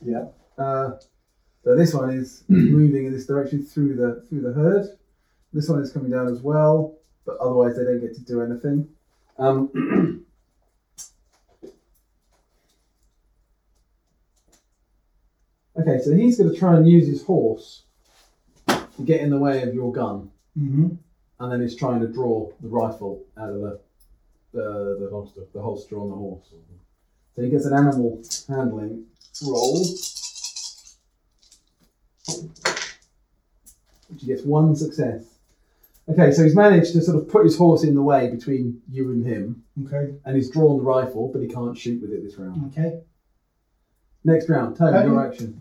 [SPEAKER 6] Yeah.
[SPEAKER 4] Uh, so this one is moving in this direction through the through the herd. This one is coming down as well, but otherwise they don't get to do anything. Um, Okay, so he's going to try and use his horse to get in the way of your gun,
[SPEAKER 7] Mm-hmm.
[SPEAKER 4] and then he's trying to draw the rifle out of the the, the holster, the holster on the horse. So he gets an animal handling roll, which he gets one success. Okay, so he's managed to sort of put his horse in the way between you and him,
[SPEAKER 7] Okay.
[SPEAKER 4] and he's drawn the rifle, but he can't shoot with it this round.
[SPEAKER 7] Okay.
[SPEAKER 4] Next round, Tony,
[SPEAKER 7] Okay.
[SPEAKER 4] your action.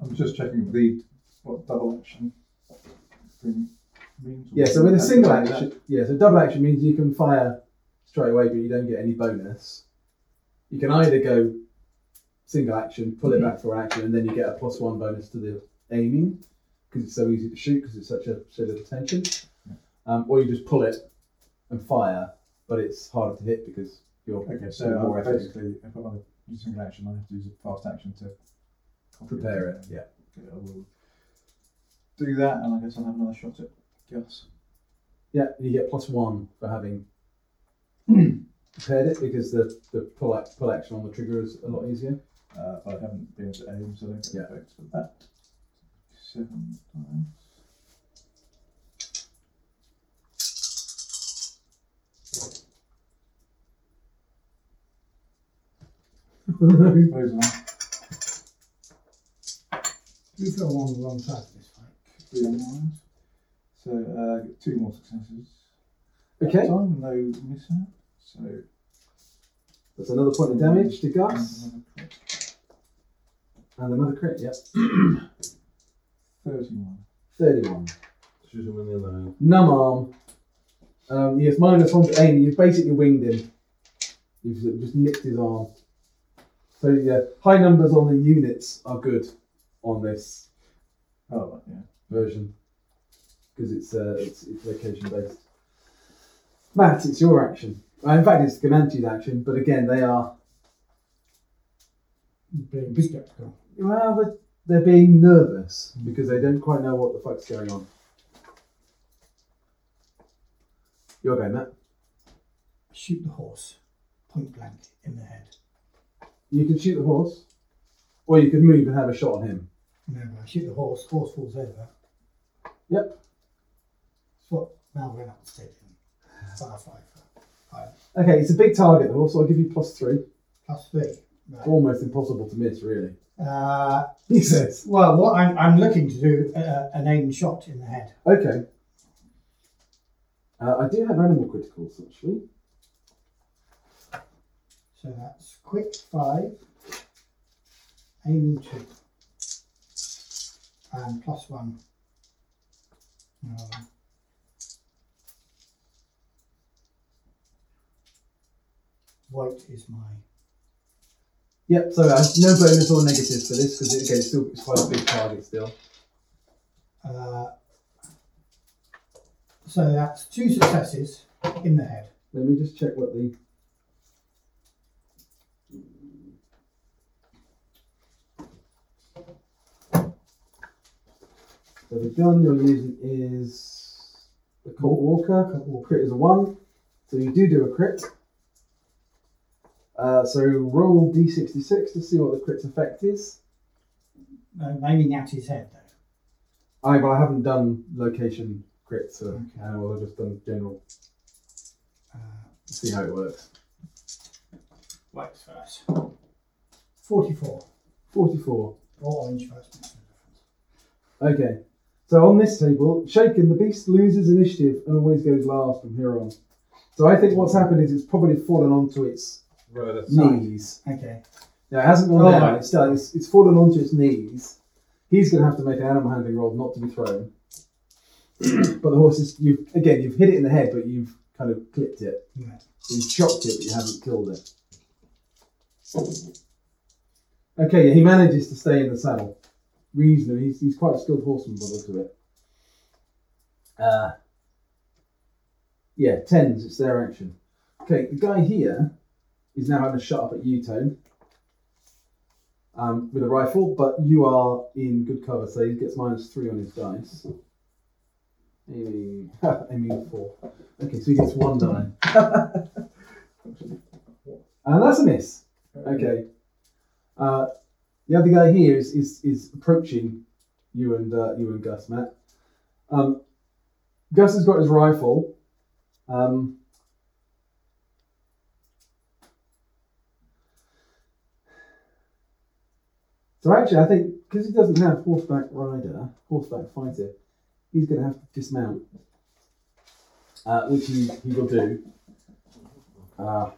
[SPEAKER 6] I'm just checking the what double action thing means.
[SPEAKER 4] Yeah, so with a single action, yeah, so double action means you can fire straight away, but you don't get any bonus. You can either go single action, pull it
[SPEAKER 6] Mm-hmm.
[SPEAKER 4] back for an action, and then you get a plus one bonus to the aiming because it's so easy to shoot because it's such a so little tension. Um, or you just pull it and fire, but it's harder to hit because you're
[SPEAKER 6] Okay, so
[SPEAKER 4] you're
[SPEAKER 6] I
[SPEAKER 4] more effort.
[SPEAKER 6] basically, if I want to use a single action, I have to use a fast action to copy
[SPEAKER 4] prepare it. Yeah.
[SPEAKER 6] Okay, I will do that, and I guess I'll have another shot at Gus.
[SPEAKER 4] Yeah, you get plus one for having prepared it because the, the pull, ac- pull action on the trigger is a lot easier.
[SPEAKER 6] Uh, but I haven't been able to aim, so I don't get
[SPEAKER 4] Yeah.
[SPEAKER 6] effects for that. Seven times. Those are
[SPEAKER 7] You fell along the wrong side of this fight.
[SPEAKER 6] three lines. So uh, get two more successes. that
[SPEAKER 4] Okay.
[SPEAKER 6] Time, no mishap. So
[SPEAKER 4] That's another point of damage to Gus.
[SPEAKER 6] another crit.
[SPEAKER 4] And another crit, yep.
[SPEAKER 6] 31.
[SPEAKER 4] 31.
[SPEAKER 5] Shoot him in the other hand.
[SPEAKER 4] Numb arm. Um, yes, minus one to aim. You've basically winged him. You've sort of just nicked his arm. So, yeah, high numbers on the units are good on this
[SPEAKER 6] Oh, right, yeah.
[SPEAKER 4] version because it's, uh, it's it's location based. Matt, it's your action. Uh, in fact, it's Comanche's action, but again, they are
[SPEAKER 3] Being skeptical.
[SPEAKER 4] Well, they're- they're being nervous because they don't quite know what the fuck's going on. You're going, Matt.
[SPEAKER 7] Shoot the horse, point blank in the head.
[SPEAKER 4] You can shoot the horse, or you could move and have a shot on him.
[SPEAKER 7] No, no, shoot the horse. Horse falls over.
[SPEAKER 4] Yep.
[SPEAKER 7] It's what Malvern up did in Firefly for
[SPEAKER 4] Okay, it's a big target, the horse, so I'll give you plus three.
[SPEAKER 7] plus three. Right.
[SPEAKER 4] Almost impossible to miss, really.
[SPEAKER 7] Uh,
[SPEAKER 4] He says.
[SPEAKER 7] well, what I'm, I'm looking to do uh, an aim shot in the head.
[SPEAKER 4] Okay. Uh, I do have animal criticals, actually.
[SPEAKER 7] So that's quick five, aiming two, and plus one. Um, white is my
[SPEAKER 4] Yep, so uh, no bonus or negatives for this because, again, it's, still, it's quite a big target still.
[SPEAKER 7] Uh, so that's two successes in the head.
[SPEAKER 4] Let me just check what the. So the gun you're using is the Colt Walker. Colt Walker crit is a one, so you do do a crit. Uh, so roll d66 to see what the crit's effect is.
[SPEAKER 7] I'm aiming at his head though.
[SPEAKER 4] I but I haven't done location crits, so uh, I've just done general. see how it works.
[SPEAKER 7] White first. 44.
[SPEAKER 4] 44.
[SPEAKER 7] Or orange first. makes no difference.
[SPEAKER 4] Okay. So on this table, shaken, the beast loses initiative and always goes last from here on. So I think what's happened is it's probably fallen onto its
[SPEAKER 5] Right, that's
[SPEAKER 4] knees.
[SPEAKER 7] Okay.
[SPEAKER 4] Now it hasn't gone
[SPEAKER 7] Oh,
[SPEAKER 4] down.
[SPEAKER 7] right.
[SPEAKER 4] It's, still, it's it's fallen onto its knees. He's going to have to make an animal handling roll not to be thrown. but the horse is you've again you've hit it in the head, but you've kind of clipped it.
[SPEAKER 7] Right.
[SPEAKER 4] You've shocked it, but you haven't killed it. Okay, he manages to stay in the saddle. Reasonably, he's, he's quite a skilled horseman by the look of it. Uh, yeah, tens. It's their action. Okay, the guy here is now having a shot up at you, Tone, um, with a rifle, but you are in good cover, so he gets minus three on his dice. Aiming, aiming four. Okay, so he gets one die. and Uh, that's a miss. Okay. Uh, the other guy here is, is, is approaching you and uh, you and Gus, Matt. Um, Gus has got his rifle. Um, So actually, I think because he doesn't have horseback rider, horseback fighter, he's going to have to dismount, uh, which he, he will do. Uh,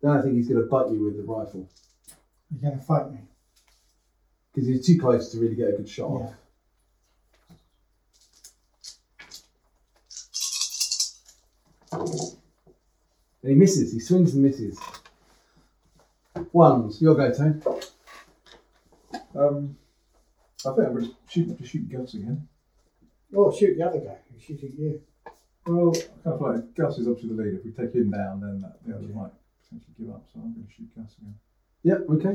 [SPEAKER 4] then I think he's going to butt you with the rifle
[SPEAKER 7] You're going to fight me.
[SPEAKER 4] because he's too close to really get a good shot off. And he misses. He swings and misses. Ones, your go, Tone.
[SPEAKER 6] Um, I think I'm going to shoot, to shoot Gus again.
[SPEAKER 3] Oh,
[SPEAKER 7] Or shoot the other guy who's shooting you.
[SPEAKER 6] Well, I kind of feel like Gus is obviously the leader. If we take him down, then that, the others might potentially give up. So I'm going to shoot Gus again.
[SPEAKER 4] Yep. Okay.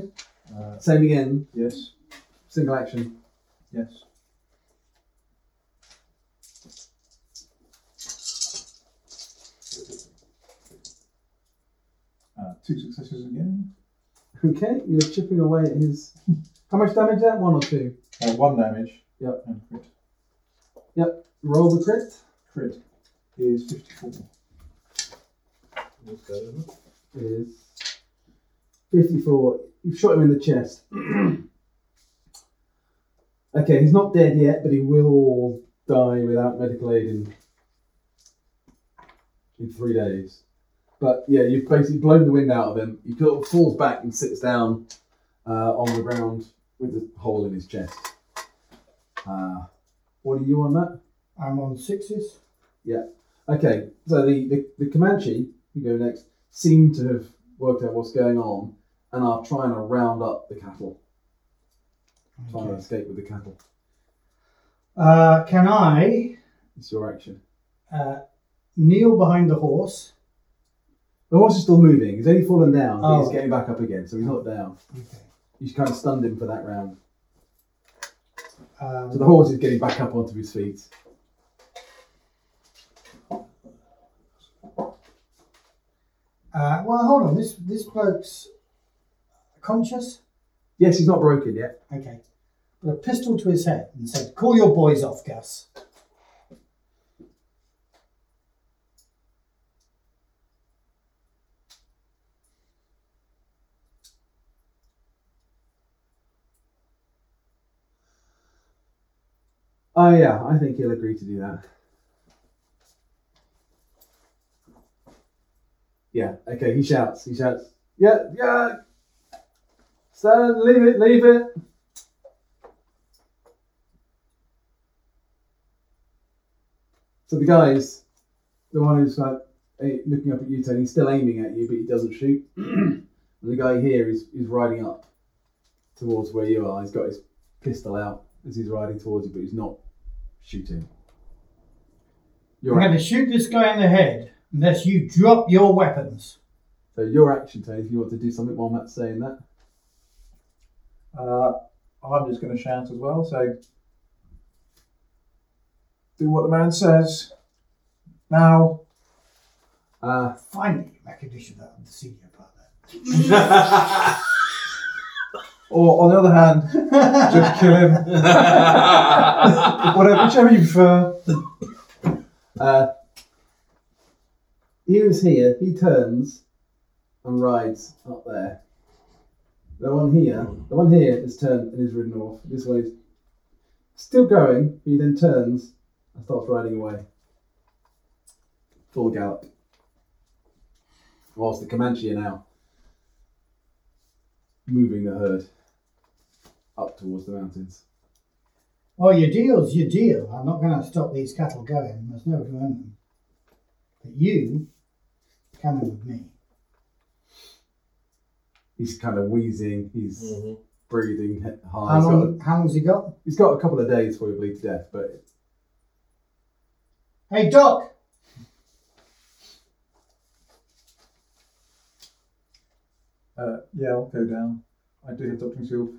[SPEAKER 6] Uh,
[SPEAKER 4] Same again.
[SPEAKER 6] yes,
[SPEAKER 4] Single action.
[SPEAKER 6] yes. Uh, two successes again.
[SPEAKER 4] Okay. You're chipping away at his. How much damage is that? One or two.
[SPEAKER 6] Uh, one damage.
[SPEAKER 4] Yep.
[SPEAKER 6] And crit.
[SPEAKER 4] Yep. Roll the crit.
[SPEAKER 6] Crit is 54.
[SPEAKER 5] That's good, isn't it?
[SPEAKER 4] is 54. You've shot him in the chest. okay, he's not dead yet, but he will die without medical aid in, in three days. But yeah, you've basically blown the wind out of him. He sort of falls back and sits down uh, on the ground with a hole in his chest. Uh, what are you on that?
[SPEAKER 3] I'm on sixes.
[SPEAKER 4] Yeah. Okay. So the, the, the Comanche, you go next, seem to have worked out what's going on and are trying to round up the cattle. Trying to escape with the cattle.
[SPEAKER 3] Uh, can I
[SPEAKER 4] It's your action.
[SPEAKER 3] uh, kneel behind the horse?
[SPEAKER 4] The horse is still moving. He's only fallen down. but
[SPEAKER 3] Oh.
[SPEAKER 4] He's getting back up again, so he's not down.
[SPEAKER 3] Okay.
[SPEAKER 4] You kind of stunned him for that round. So
[SPEAKER 3] Um,
[SPEAKER 4] the horse is getting back up onto his feet.
[SPEAKER 3] uh, well, hold on. This this bloke's conscious.
[SPEAKER 4] Yes, he's not broken yet.
[SPEAKER 3] Okay. Put a pistol to his head and said, "Call your boys off, Gus."
[SPEAKER 4] Oh yeah, I think he'll agree to do that. Yeah, okay, he shouts, he shouts, yeah, yeah, stand, leave it, leave it. So the guy's the one who's like eh, looking up at you, Tony, he's still aiming at you, but he doesn't shoot. and the guy here is, is riding up towards where you are. He's got his pistol out as he's riding towards you, but he's not shooting. You're
[SPEAKER 7] I'm going to shoot this guy in the head unless you drop your weapons.
[SPEAKER 4] So your action, Tony, if you want to do something while Matt's saying that.
[SPEAKER 6] Uh, I'm just going to shout as well. So, do what the man says. Now,
[SPEAKER 4] Uh,
[SPEAKER 7] Finally, recognition that I'm the senior partner.
[SPEAKER 6] or on the other hand, just kill him. Whatever, whichever you prefer.
[SPEAKER 4] uh, he was here, he turns and rides up there. The one here, the one here is turned and is ridden off. This way is still going, he then turns and starts riding away. Full gallop. Whilst the Comanche are now moving the herd up towards the mountains.
[SPEAKER 3] Well, Oh, your deal's your deal. I'm not going to stop these cattle going. There's no to earn them. But you, come in with me.
[SPEAKER 4] he's kind of wheezing, he's breathing he-
[SPEAKER 3] Mm-hmm.
[SPEAKER 4] hard.
[SPEAKER 3] How
[SPEAKER 4] Oh, He's got,
[SPEAKER 3] long? How long's he got?
[SPEAKER 4] he's got a couple of days before he bleeds to death, but
[SPEAKER 3] Hey, Doc.
[SPEAKER 6] Uh, yeah, I'll go down. I do have doctoring skill.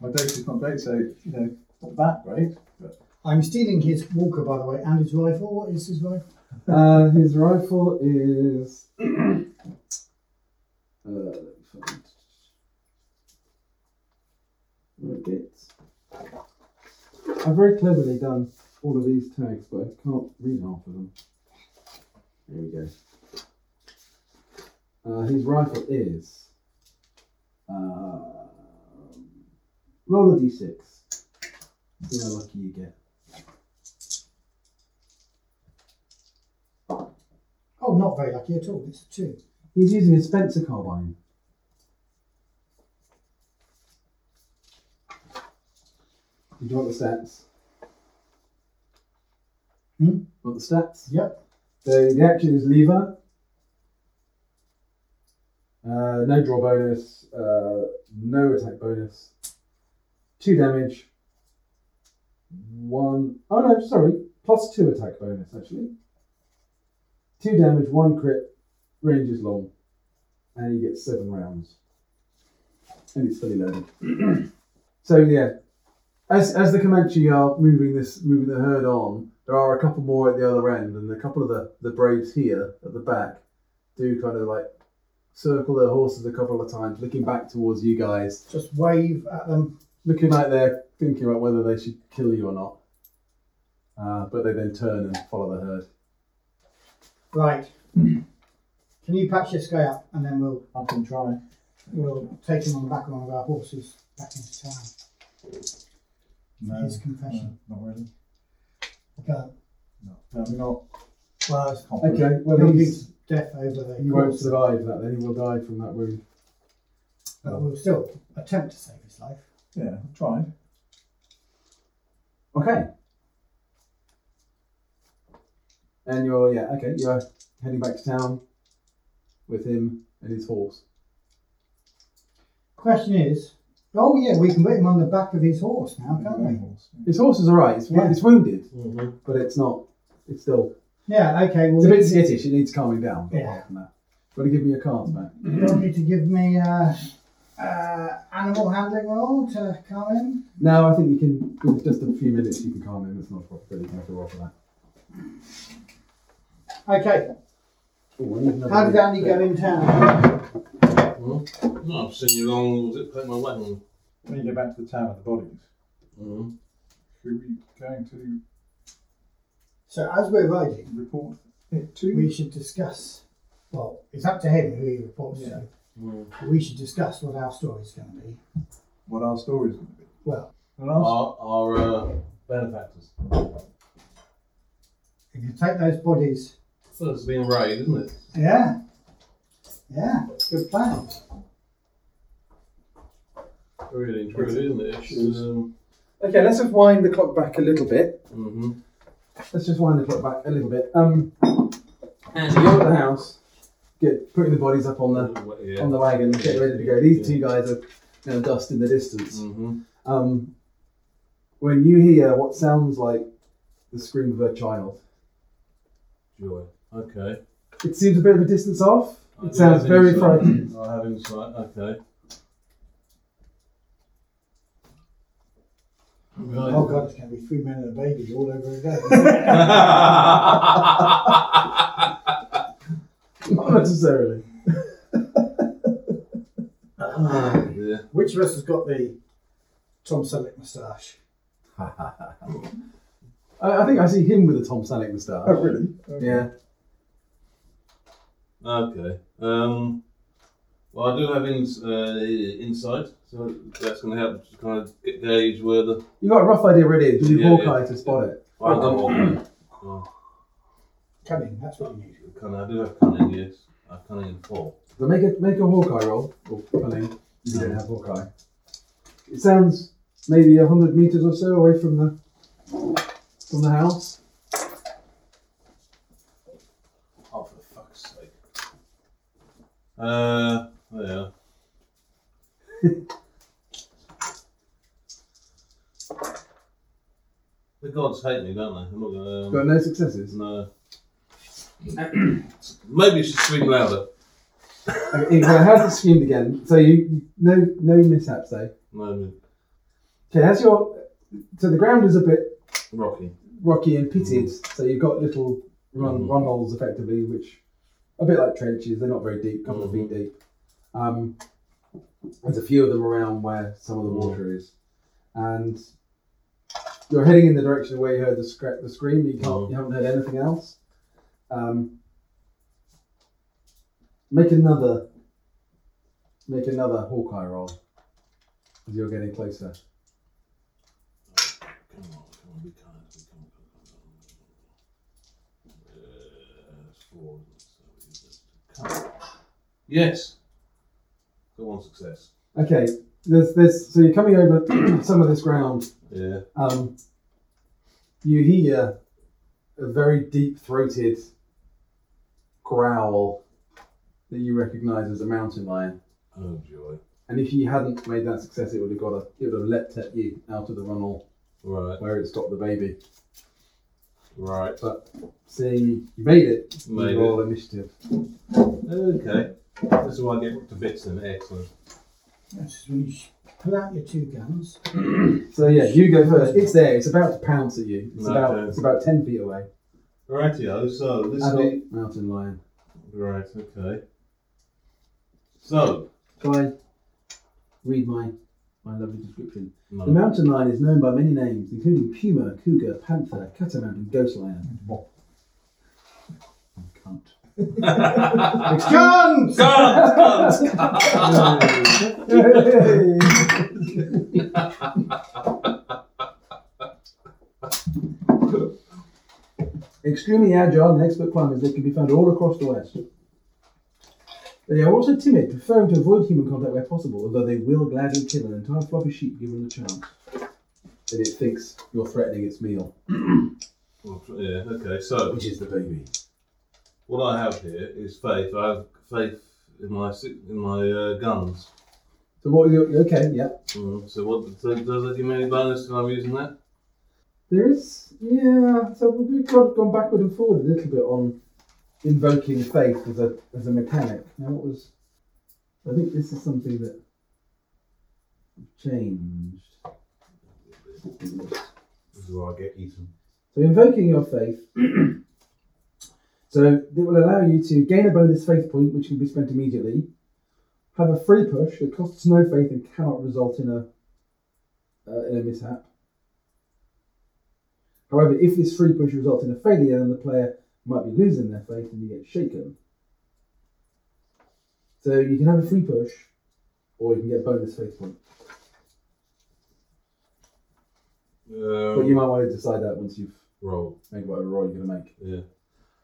[SPEAKER 6] My dose is not great, so you know, not that great. But
[SPEAKER 3] I'm stealing his walker, by the way, and his rifle. What is his rifle?
[SPEAKER 4] uh, his rifle is. uh, let me find. Right bits. I've very cleverly done all of these tags, but I can't read half of them. There we go. Uh, his rifle is. Uh, roll a d6. See how lucky you get.
[SPEAKER 3] Oh, not very lucky at all. It's a two.
[SPEAKER 4] He's using his Spencer carbine. Do you want the stats?
[SPEAKER 3] Hmm?
[SPEAKER 4] Want the stats?
[SPEAKER 3] Yep.
[SPEAKER 4] So the action is lever. Uh, no draw bonus. Uh, no attack bonus. Two damage. One oh no, sorry. Plus two attack bonus actually. Two damage, one crit, range is long, and you get seven rounds, and it's fully loaded. so yeah, as as the Comanche are moving this moving the herd on, there are a couple more at the other end, and a couple of the the braves here at the back do kind of like circle their horses a couple of times, looking back towards you guys,
[SPEAKER 3] Just wave at them.
[SPEAKER 4] looking like they're thinking about whether they should kill you or not. Uh, but they then turn and follow the herd.
[SPEAKER 3] Right. Can you patch this guy up, and then we'll
[SPEAKER 6] I can try.
[SPEAKER 3] we'll take him on the back of one of our horses back into town.
[SPEAKER 6] No,
[SPEAKER 3] His confession.
[SPEAKER 6] no, not really.
[SPEAKER 3] Okay.
[SPEAKER 6] No, I'm not.
[SPEAKER 3] Well,
[SPEAKER 6] Confident.
[SPEAKER 4] Okay, well
[SPEAKER 3] he'll be
[SPEAKER 4] he's
[SPEAKER 3] death over the
[SPEAKER 4] He won't
[SPEAKER 3] course of-
[SPEAKER 4] survive that. Then he will die from that wound.
[SPEAKER 3] but we'll still attempt to save his life.
[SPEAKER 6] Yeah, I've tried.
[SPEAKER 4] Okay. And you're yeah okay. You're heading back to town with him and his horse.
[SPEAKER 3] Question is, oh yeah, we can put him on the back of his horse now, can't
[SPEAKER 6] Mm-hmm.
[SPEAKER 3] we?
[SPEAKER 4] His horse is all right. It's, wo-
[SPEAKER 3] Yeah.
[SPEAKER 4] it's wounded,
[SPEAKER 5] Mm-hmm.
[SPEAKER 4] but it's not. It's still.
[SPEAKER 3] Yeah, okay. Well,
[SPEAKER 4] It's a bit
[SPEAKER 3] you-
[SPEAKER 4] skittish. It needs calming down. But
[SPEAKER 3] Yeah.
[SPEAKER 4] apart from that, got to give me your cards back.
[SPEAKER 3] you want me to give me uh, uh, animal handling roll to calm him?
[SPEAKER 4] No, I think you can. With just a few minutes, you can calm him. It's not a problem. But you can have to roll for that.
[SPEAKER 3] Okay.
[SPEAKER 4] Ooh, I need another
[SPEAKER 3] How did
[SPEAKER 4] bit.
[SPEAKER 3] Andy go in town?
[SPEAKER 5] No, I've seen you long. Was it putting my weapon?
[SPEAKER 6] When you get back to the town with the bodies,
[SPEAKER 5] Mm-hmm.
[SPEAKER 6] who are we going to
[SPEAKER 3] So as we're riding,
[SPEAKER 6] report it to?
[SPEAKER 3] we should discuss. Well, it's up to him who he reports
[SPEAKER 6] Yeah.
[SPEAKER 3] to. But we should discuss what our story's going to be.
[SPEAKER 6] what our story is going to be.
[SPEAKER 3] Well,
[SPEAKER 6] And our
[SPEAKER 5] Our, our uh, benefactors.
[SPEAKER 3] if you take those bodies,
[SPEAKER 5] Well, it's been raid, isn't it?
[SPEAKER 3] yeah, yeah, good plan.
[SPEAKER 5] Really and truly, isn't it? It's, um,
[SPEAKER 4] Okay, let's just wind the clock back a little bit.
[SPEAKER 5] mm-hmm.
[SPEAKER 4] Let's just wind the clock back a little bit. Um, and you're at the house, get putting the bodies up on the
[SPEAKER 5] Yeah.
[SPEAKER 4] on the wagon, getting ready to go. These two guys are you know, dust in the distance.
[SPEAKER 5] Mm-hmm.
[SPEAKER 4] Um, when you hear what sounds like the scream of a child,
[SPEAKER 5] Joy. Okay.
[SPEAKER 4] it seems a bit of a distance off.
[SPEAKER 5] I
[SPEAKER 4] It sounds
[SPEAKER 5] have
[SPEAKER 4] very
[SPEAKER 5] insight.
[SPEAKER 4] frightening.
[SPEAKER 5] I have insight. Okay.
[SPEAKER 3] Oh god, it's going to be three men and a baby all over again.
[SPEAKER 4] Not necessarily.
[SPEAKER 5] Oh, dear.
[SPEAKER 3] Which of us has got the Tom Selleck moustache?
[SPEAKER 4] I, I think I see him with a Tom Selleck moustache.
[SPEAKER 6] Oh, really? Okay.
[SPEAKER 4] Yeah.
[SPEAKER 5] Okay. Um, well, I do have ins uh, insight, so that's going to help to kind of gauge where the.
[SPEAKER 4] You got a rough idea where it is. You need
[SPEAKER 5] Yeah,
[SPEAKER 4] Hawkeye
[SPEAKER 5] yeah.
[SPEAKER 4] to spot it.
[SPEAKER 5] I don't know. Oh,
[SPEAKER 3] Cunning, that's what you need.
[SPEAKER 5] cunning. I do have cunning, yes. I have cunning in four.
[SPEAKER 4] So make a make a Hawkeye roll. Or cunning. You don't have Hawkeye. It sounds maybe hundred meters or so away from the from the house.
[SPEAKER 5] Oh, for fuck's sake. Uh, yeah. the gods hate me, don't they? I'm not gonna. Um,
[SPEAKER 4] Got no successes.
[SPEAKER 5] no. Maybe you should scream louder.
[SPEAKER 4] Okay, it has it screamed again. So you no no mishaps though.
[SPEAKER 5] No, I mean,
[SPEAKER 4] Okay, as your so the ground is a bit
[SPEAKER 5] Rocky.
[SPEAKER 4] rocky and pitted, so you've got little run
[SPEAKER 5] Mhm.
[SPEAKER 4] run holes effectively, which a bit like trenches. They're not very deep, couple of feet
[SPEAKER 5] Mhm.
[SPEAKER 4] deep. Um, there's a few of them around where some of the water is, and you're heading in the direction where you heard the, scra- the scream. But you can't, you haven't heard anything else. Um, make another, make another Hawkeye roll as you're getting closer.
[SPEAKER 5] Come on, come on, be kind. Be kind. Come on. Uh, that's four. So we just come. Yes. Got one success.
[SPEAKER 4] Okay, there's there's so you're coming over some of this ground.
[SPEAKER 5] Yeah.
[SPEAKER 4] Um, you hear a very deep throated growl that you recognise as a mountain lion.
[SPEAKER 5] Oh joy.
[SPEAKER 4] And if you hadn't made that success, it would have got a, it would have leapt at you out of the runnel
[SPEAKER 5] Right.
[SPEAKER 4] where it stopped the baby.
[SPEAKER 5] Right.
[SPEAKER 4] See, you made it. You
[SPEAKER 5] Made it.
[SPEAKER 4] roll initiative.
[SPEAKER 5] Okay. This is why I get to bits then. Excellent.
[SPEAKER 3] That's just when you sh- pull out your two guns.
[SPEAKER 4] So yeah, you go first. It's there. It's about to pounce at you. It's
[SPEAKER 5] Okay.
[SPEAKER 4] about it's about ten feet away.
[SPEAKER 5] Rightio. So this
[SPEAKER 4] Adult
[SPEAKER 5] is
[SPEAKER 4] mountain lion.
[SPEAKER 5] right. Okay. So
[SPEAKER 4] Shall I read my my lovely description?
[SPEAKER 5] no.
[SPEAKER 4] The mountain lion is known by many names, including puma, cougar, panther, catamount, and ghost lion. Oh, Cunt.
[SPEAKER 3] Guns!
[SPEAKER 4] Extremely agile and expert climbers, they can be found all across the West. They are also timid, preferring to avoid human contact where possible, although they will gladly kill an entire flock of sheep given the chance. Then it thinks you're threatening its meal,
[SPEAKER 5] Well, yeah, okay, so
[SPEAKER 4] which is the baby.
[SPEAKER 5] what I have here is faith. I have faith in my si- in my uh, guns.
[SPEAKER 4] So what? Is your, okay, yeah.
[SPEAKER 5] Mm, so what so does that give me any bonus when I'm using that?
[SPEAKER 4] There is, yeah. So we've gone, gone backward and forward a little bit on invoking faith as a as a mechanic. Now, what was? I think this is something that changed.
[SPEAKER 5] This is where I get eaten.
[SPEAKER 4] So invoking your faith. so it will allow you to gain a bonus faith point, which can be spent immediately. Have a free push that costs no faith and cannot result in a uh, in a mishap. However, if this free push results in a failure, then the player might be losing their faith and you get shaken. So you can have a free push, or you can get a bonus faith point. But you
[SPEAKER 5] Um,
[SPEAKER 4] might want to decide that once you've
[SPEAKER 5] roll.
[SPEAKER 4] made whatever roll you're going to make.
[SPEAKER 5] Yeah.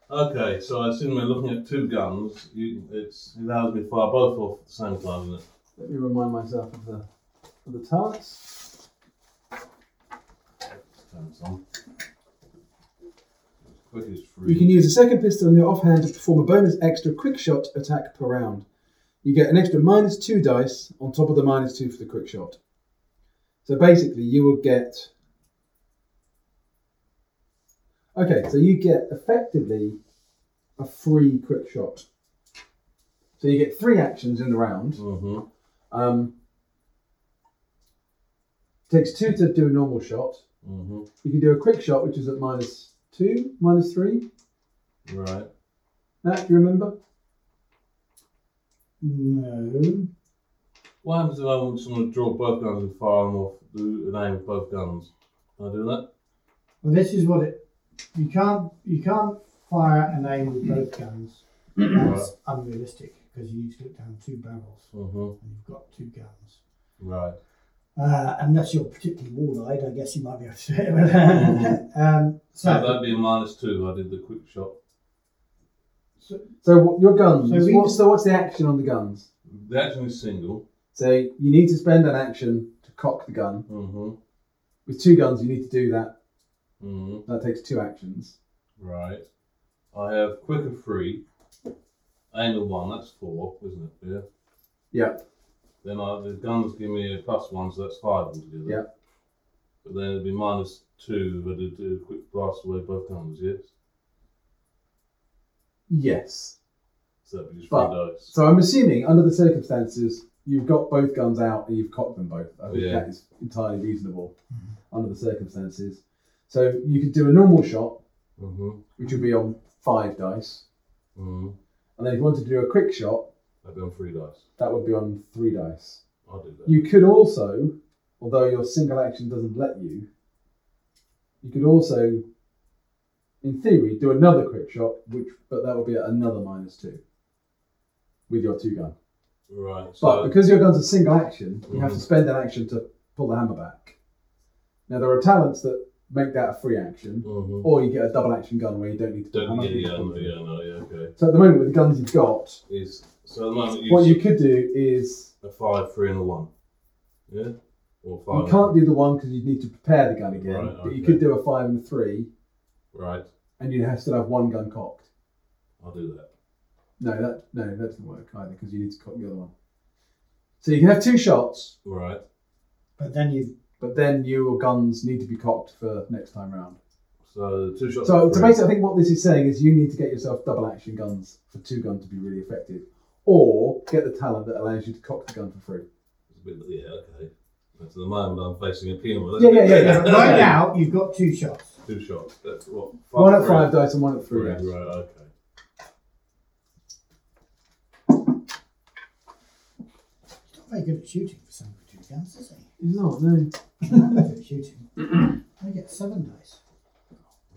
[SPEAKER 5] Okay, so I assume we're looking at two guns. You, it's, it allows me to fire both off at the same time, isn't it?
[SPEAKER 4] Let me remind myself of the of the targets.
[SPEAKER 5] Turns on. As quick as free.
[SPEAKER 4] You can use a second pistol in your offhand to perform a bonus extra quick shot attack per round. You get an extra minus two dice on top of the minus two for the quick shot. So basically, you will get. Okay, so you get effectively a free quick shot. So you get three actions in the round.
[SPEAKER 5] hmm
[SPEAKER 4] Um, takes two to do a normal shot.
[SPEAKER 5] hmm
[SPEAKER 4] You can do a quick shot, which is at minus two, minus three.
[SPEAKER 5] Right.
[SPEAKER 4] Matt, do you remember?
[SPEAKER 7] No.
[SPEAKER 5] What happens if I want someone to draw both guns and fire them off the the aim with both guns? Can I do that?
[SPEAKER 7] Well, this is what it. You can't. You can't fire and aim with both guns. That's unrealistic because you need to look down two barrels
[SPEAKER 5] hmm
[SPEAKER 7] and you've got two guns.
[SPEAKER 5] Right.
[SPEAKER 7] Uh, unless you're particularly wall-eyed, I guess you might be able to do it. um,
[SPEAKER 5] So
[SPEAKER 7] so,
[SPEAKER 5] that'd be a minus two if I did the quick shot.
[SPEAKER 4] So what- your guns.
[SPEAKER 7] So we-
[SPEAKER 4] what's, the, what's the action on the guns?
[SPEAKER 5] The action is single.
[SPEAKER 4] So you need to spend an action to cock the gun.
[SPEAKER 5] hmm
[SPEAKER 4] With two guns, you need to do that.
[SPEAKER 5] hmm
[SPEAKER 4] That takes two actions.
[SPEAKER 5] Right. I have quicker free. Aim at one, that's four, isn't it? Yeah.
[SPEAKER 4] Yeah.
[SPEAKER 5] Then I, the guns give me a plus one, so that's five altogether.
[SPEAKER 4] Yeah.
[SPEAKER 5] But then it'd be minus two if I did do a quick blast away both guns, yes?
[SPEAKER 4] Yes.
[SPEAKER 5] So that'd be just
[SPEAKER 4] But-
[SPEAKER 5] three dice.
[SPEAKER 4] So I'm assuming under the circumstances, you've got both guns out and you've cocked them both. I think
[SPEAKER 5] Yeah.
[SPEAKER 4] that is entirely reasonable under the circumstances. So you could do a normal shot,
[SPEAKER 5] Mm-hmm.
[SPEAKER 4] which would be on five dice,
[SPEAKER 5] Mm-hmm.
[SPEAKER 4] and then if you wanted to do a quick shot,
[SPEAKER 5] I'd be on three dice.
[SPEAKER 4] that would be on three dice.
[SPEAKER 5] I'll do that.
[SPEAKER 4] You could also, although your single action doesn't let you, you could also, in theory, do another quick shot, which but that would be at another minus two with your two gun.
[SPEAKER 5] Right.
[SPEAKER 4] But
[SPEAKER 5] So,
[SPEAKER 4] because your gun's a single action, you have to
[SPEAKER 5] Mhm.
[SPEAKER 4] spend an action to pull the hammer back. Now there are talents that make that a free action,
[SPEAKER 5] Mhm.
[SPEAKER 4] or you get a double action gun where you don't need to.
[SPEAKER 5] Don't
[SPEAKER 4] pull
[SPEAKER 5] get
[SPEAKER 4] the
[SPEAKER 5] yeah,
[SPEAKER 4] hammer.
[SPEAKER 5] no, yeah, no, yeah, okay.
[SPEAKER 4] So at the moment with the guns you've got,
[SPEAKER 5] Is so at the moment you,
[SPEAKER 4] what you
[SPEAKER 5] s-
[SPEAKER 4] could do is
[SPEAKER 5] a five, three, and a one. Yeah. Or five.
[SPEAKER 4] You
[SPEAKER 5] and-
[SPEAKER 4] can't do the one because you'd need to prepare the gun again.
[SPEAKER 5] Right,
[SPEAKER 4] But you
[SPEAKER 5] okay.
[SPEAKER 4] could do a five and a three,
[SPEAKER 5] Right.
[SPEAKER 4] and you'd have, still have one gun cocked.
[SPEAKER 5] I'll do that.
[SPEAKER 4] No, that no, that doesn't work either because you need to cock the other one. So you can have two shots,
[SPEAKER 5] Right.
[SPEAKER 7] but then you've
[SPEAKER 4] but then your guns need to be cocked for next time round.
[SPEAKER 5] So two shots.
[SPEAKER 4] So,
[SPEAKER 5] are
[SPEAKER 4] so
[SPEAKER 5] free.
[SPEAKER 4] basically, I think what this is saying is you need to get yourself double action guns for two gun to be really effective, or get the talent that allows you to cock the gun for free.
[SPEAKER 5] It's a bit, yeah, okay. That's at the moment I'm facing a penal.
[SPEAKER 4] Yeah, yeah, yeah, yeah.
[SPEAKER 7] right now you've got two shots.
[SPEAKER 5] Two shots. That's what. Five,
[SPEAKER 4] One at
[SPEAKER 5] three?
[SPEAKER 4] five dice and one at
[SPEAKER 5] Three.
[SPEAKER 4] three dice.
[SPEAKER 5] Right. Okay.
[SPEAKER 7] He's not very good at shooting for someone with two guns, is he?
[SPEAKER 4] It's not no.
[SPEAKER 7] He's not very good at shooting. I get seven dice.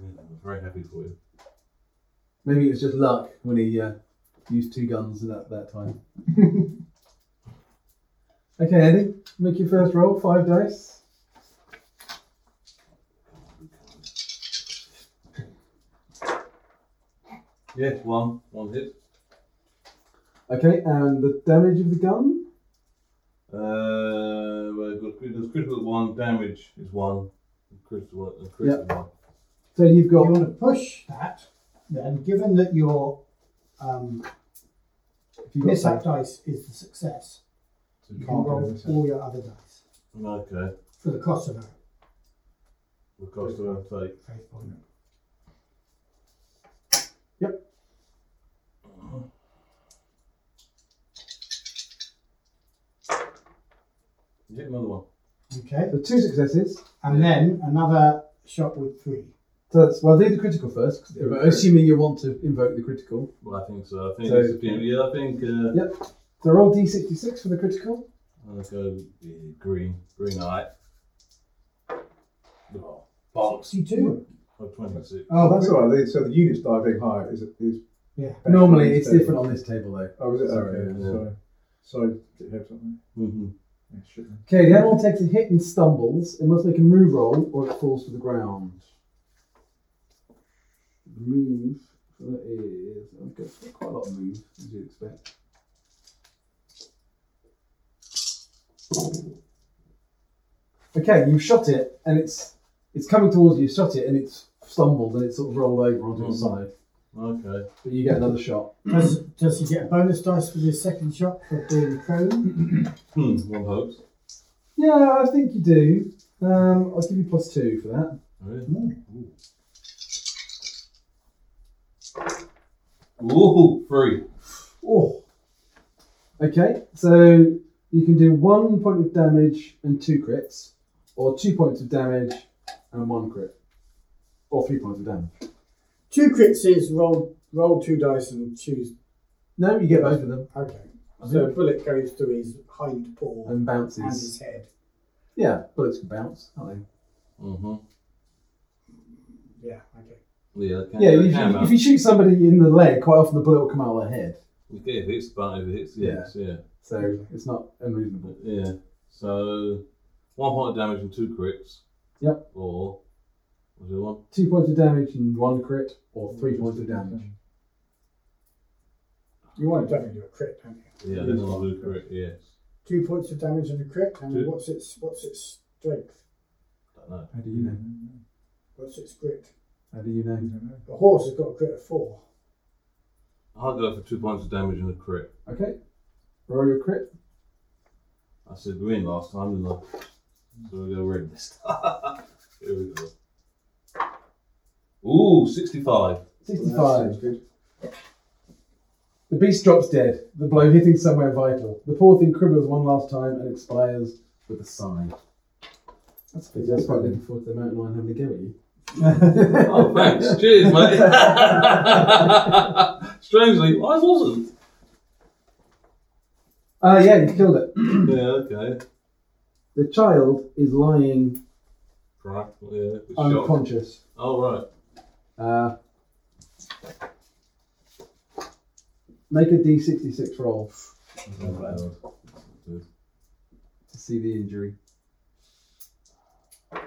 [SPEAKER 5] Yeah, I'm very happy for you.
[SPEAKER 4] Maybe it was just luck when he uh, used two guns at that, that time. okay, Andy, make your first roll, five dice.
[SPEAKER 5] Yeah. One. One hit.
[SPEAKER 4] Okay, and the damage of the gun?
[SPEAKER 5] Uh, well, I've got crit- there's critical one, damage is one, and critical one, and critical one.
[SPEAKER 4] So you've
[SPEAKER 7] You
[SPEAKER 4] got
[SPEAKER 7] want to push that, then, given that your um,
[SPEAKER 4] if you've got
[SPEAKER 7] mishap dice is the success,
[SPEAKER 6] So
[SPEAKER 7] you
[SPEAKER 6] you
[SPEAKER 7] can
[SPEAKER 6] can't
[SPEAKER 7] roll
[SPEAKER 6] get it.
[SPEAKER 7] all your other dice
[SPEAKER 5] Okay,
[SPEAKER 7] for the cost of that.
[SPEAKER 5] the cost of our take.
[SPEAKER 7] Faith point.
[SPEAKER 5] Hit another one.
[SPEAKER 7] Okay,
[SPEAKER 4] so two successes.
[SPEAKER 7] and then another shot with three.
[SPEAKER 4] So that's well, do the critical first. 'cause-
[SPEAKER 5] Yeah,
[SPEAKER 4] Assuming you want to invoke the critical,
[SPEAKER 5] Well, I think so. I think
[SPEAKER 4] So-
[SPEAKER 5] this is gonna be- yeah, I think uh,
[SPEAKER 4] Yeah. so roll d66 for the critical.
[SPEAKER 5] I'll go with green, green eye. Oh, box.
[SPEAKER 7] Sixty-two.
[SPEAKER 5] Oh, 26.
[SPEAKER 6] Oh, that's all right. They- So the units die very high. Is it? Is
[SPEAKER 7] Yeah.
[SPEAKER 4] Normally, it's different on this table though.
[SPEAKER 6] Oh, is it?
[SPEAKER 4] Sorry,
[SPEAKER 6] okay.
[SPEAKER 5] yeah.
[SPEAKER 6] Sorry. Sorry. Did help something?
[SPEAKER 5] Mm-hmm.
[SPEAKER 6] Yeah, shit.
[SPEAKER 4] Okay, the animal takes a hit and stumbles. It must make a move roll or it falls to the ground. Move. So that is. I've got quite a lot of move, as you'd expect. Okay, you've shot it and it's it's coming towards you. You shot it and it's stumbled and it's sort of rolled over onto its
[SPEAKER 5] Mhm.
[SPEAKER 4] side.
[SPEAKER 5] Okay.
[SPEAKER 4] But you get another shot.
[SPEAKER 7] Does, does he get a bonus dice for this second shot for being prone?
[SPEAKER 5] Hmm, one hopes.
[SPEAKER 4] Yeah, I think you do. Um, I'll give you plus two for that.
[SPEAKER 5] Really? Ooh, free.
[SPEAKER 4] Oh. Okay, so you can do one point of damage and two crits, or two points of damage and one crit, or three points of damage.
[SPEAKER 7] Two crits is roll roll two dice and choose.
[SPEAKER 4] No, you get both of them
[SPEAKER 7] Okay. So a bullet goes through his hind paw
[SPEAKER 4] and
[SPEAKER 7] and
[SPEAKER 4] bounces.
[SPEAKER 7] his head.
[SPEAKER 4] Yeah, bullets can bounce, aren't
[SPEAKER 5] Mm-hmm.
[SPEAKER 7] Yeah. Okay.
[SPEAKER 5] Yeah, it
[SPEAKER 4] they?
[SPEAKER 5] can,
[SPEAKER 4] Yeah,
[SPEAKER 5] it
[SPEAKER 4] if you,
[SPEAKER 5] can
[SPEAKER 4] if
[SPEAKER 5] bounce.
[SPEAKER 4] you shoot somebody in the leg, quite often the bullet will come out of their head,
[SPEAKER 5] Okay, if it hits, but if it hits, yes, yeah.
[SPEAKER 4] so it's not unreasonable.
[SPEAKER 5] Yeah. So, one point of damage and two crits.
[SPEAKER 4] Yep.
[SPEAKER 5] Or, was it one?
[SPEAKER 4] Two points of damage and one crit, or three points of damage.
[SPEAKER 7] You want to definitely do a crit, don't you?
[SPEAKER 5] Yeah, then I'll do crit, yes.
[SPEAKER 7] Two points of damage and a crit, and
[SPEAKER 5] Two.
[SPEAKER 7] what's its what's its strength?
[SPEAKER 5] Don't know.
[SPEAKER 4] How do you know?
[SPEAKER 7] What's its grit?
[SPEAKER 4] How do you know?
[SPEAKER 7] A horse has got a grit of four.
[SPEAKER 5] I'll go for two points of damage and a crit.
[SPEAKER 4] Okay, roll your crit.
[SPEAKER 5] I said green last time, didn't I? So we'll go red this time. Here we go. Ooh, 65.
[SPEAKER 4] 65. The beast drops dead, the blow hitting somewhere vital. The poor thing cribbles one last time and expires with a sigh. That's good. I was quite looking forward to the mountain lion having a go at you.
[SPEAKER 5] Oh, thanks. Cheers, mate. Strangely, I wasn't.
[SPEAKER 4] Uh, yeah, you killed it.
[SPEAKER 5] Yeah, okay.
[SPEAKER 4] The child is lying
[SPEAKER 5] Crap. Yeah, good shot.
[SPEAKER 4] unconscious.
[SPEAKER 5] Oh, right.
[SPEAKER 4] Uh, make a d66 roll
[SPEAKER 5] Oh,
[SPEAKER 4] to see the injury.
[SPEAKER 5] God.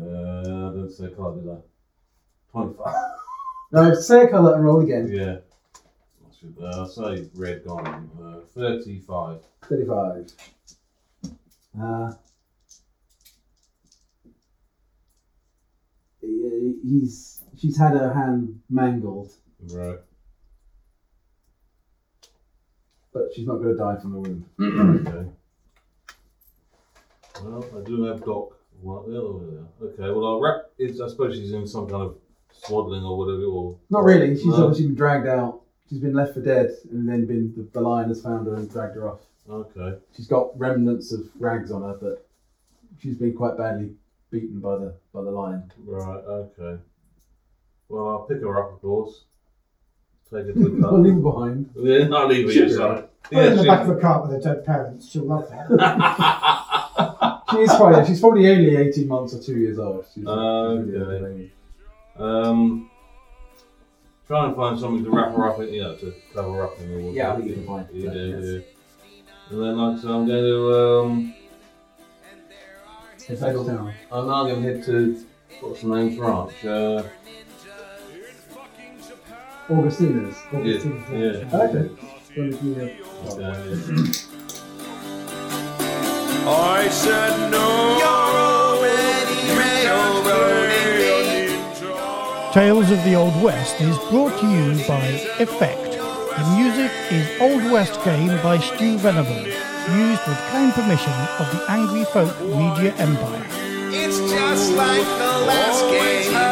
[SPEAKER 5] Uh, I don't say card, did I? 25.
[SPEAKER 4] Now, say a colour and roll again.
[SPEAKER 5] Yeah. I should, uh, I'll say red gone. Uh, 35.
[SPEAKER 4] 35. Uh, he- he's she's had her hand mangled,
[SPEAKER 5] Right.
[SPEAKER 4] but she's not going to die from the wound.
[SPEAKER 5] okay. Well, I do have Doc. What the other way there. Okay, well, I'll wrap. It's, I suppose she's in some kind of swaddling or whatever. Or
[SPEAKER 4] Not really. She's
[SPEAKER 5] No.
[SPEAKER 4] obviously been dragged out. She's been left for dead, and then been the, the lion has found her and dragged her off.
[SPEAKER 5] Okay.
[SPEAKER 4] She's got remnants of rags on her, but she's been quite badly beaten by the by the lion.
[SPEAKER 5] Right, okay. Well, I'll pick her up, of course. Take her to the
[SPEAKER 4] I'll leave her
[SPEAKER 5] car.
[SPEAKER 4] behind.
[SPEAKER 5] yeah, I'll leave her
[SPEAKER 4] Shoot
[SPEAKER 5] here,
[SPEAKER 4] her.
[SPEAKER 5] sorry.
[SPEAKER 7] Put it in the
[SPEAKER 5] shoot
[SPEAKER 7] back
[SPEAKER 5] her.
[SPEAKER 7] of a cart with her dead parents. She'll love that.
[SPEAKER 4] She is quite. She's probably only eighteen months or two years old. She's, she's really
[SPEAKER 5] Okay.
[SPEAKER 4] young.
[SPEAKER 5] Um, try and find something to wrap her up in, you know, to cover her up in the water.
[SPEAKER 4] Yeah, I think you can find
[SPEAKER 5] Yeah,
[SPEAKER 4] something,
[SPEAKER 5] yeah,
[SPEAKER 4] yes.
[SPEAKER 5] yeah. And then, like, so I'm going to, um,
[SPEAKER 4] It's out of town.
[SPEAKER 5] I'm now going to head to, what's the name, France? Uh,
[SPEAKER 1] In fucking Japan.
[SPEAKER 4] Augustina's.
[SPEAKER 5] Yeah. Yeah. uh,
[SPEAKER 4] Okay.
[SPEAKER 5] Yeah.
[SPEAKER 1] I said no.
[SPEAKER 3] Tales of the Old West is brought to you by Effect. The music is Old West Game by Stu Venable, used with kind permission of the Angry Folk Media Empire.
[SPEAKER 2] It's just like the last game.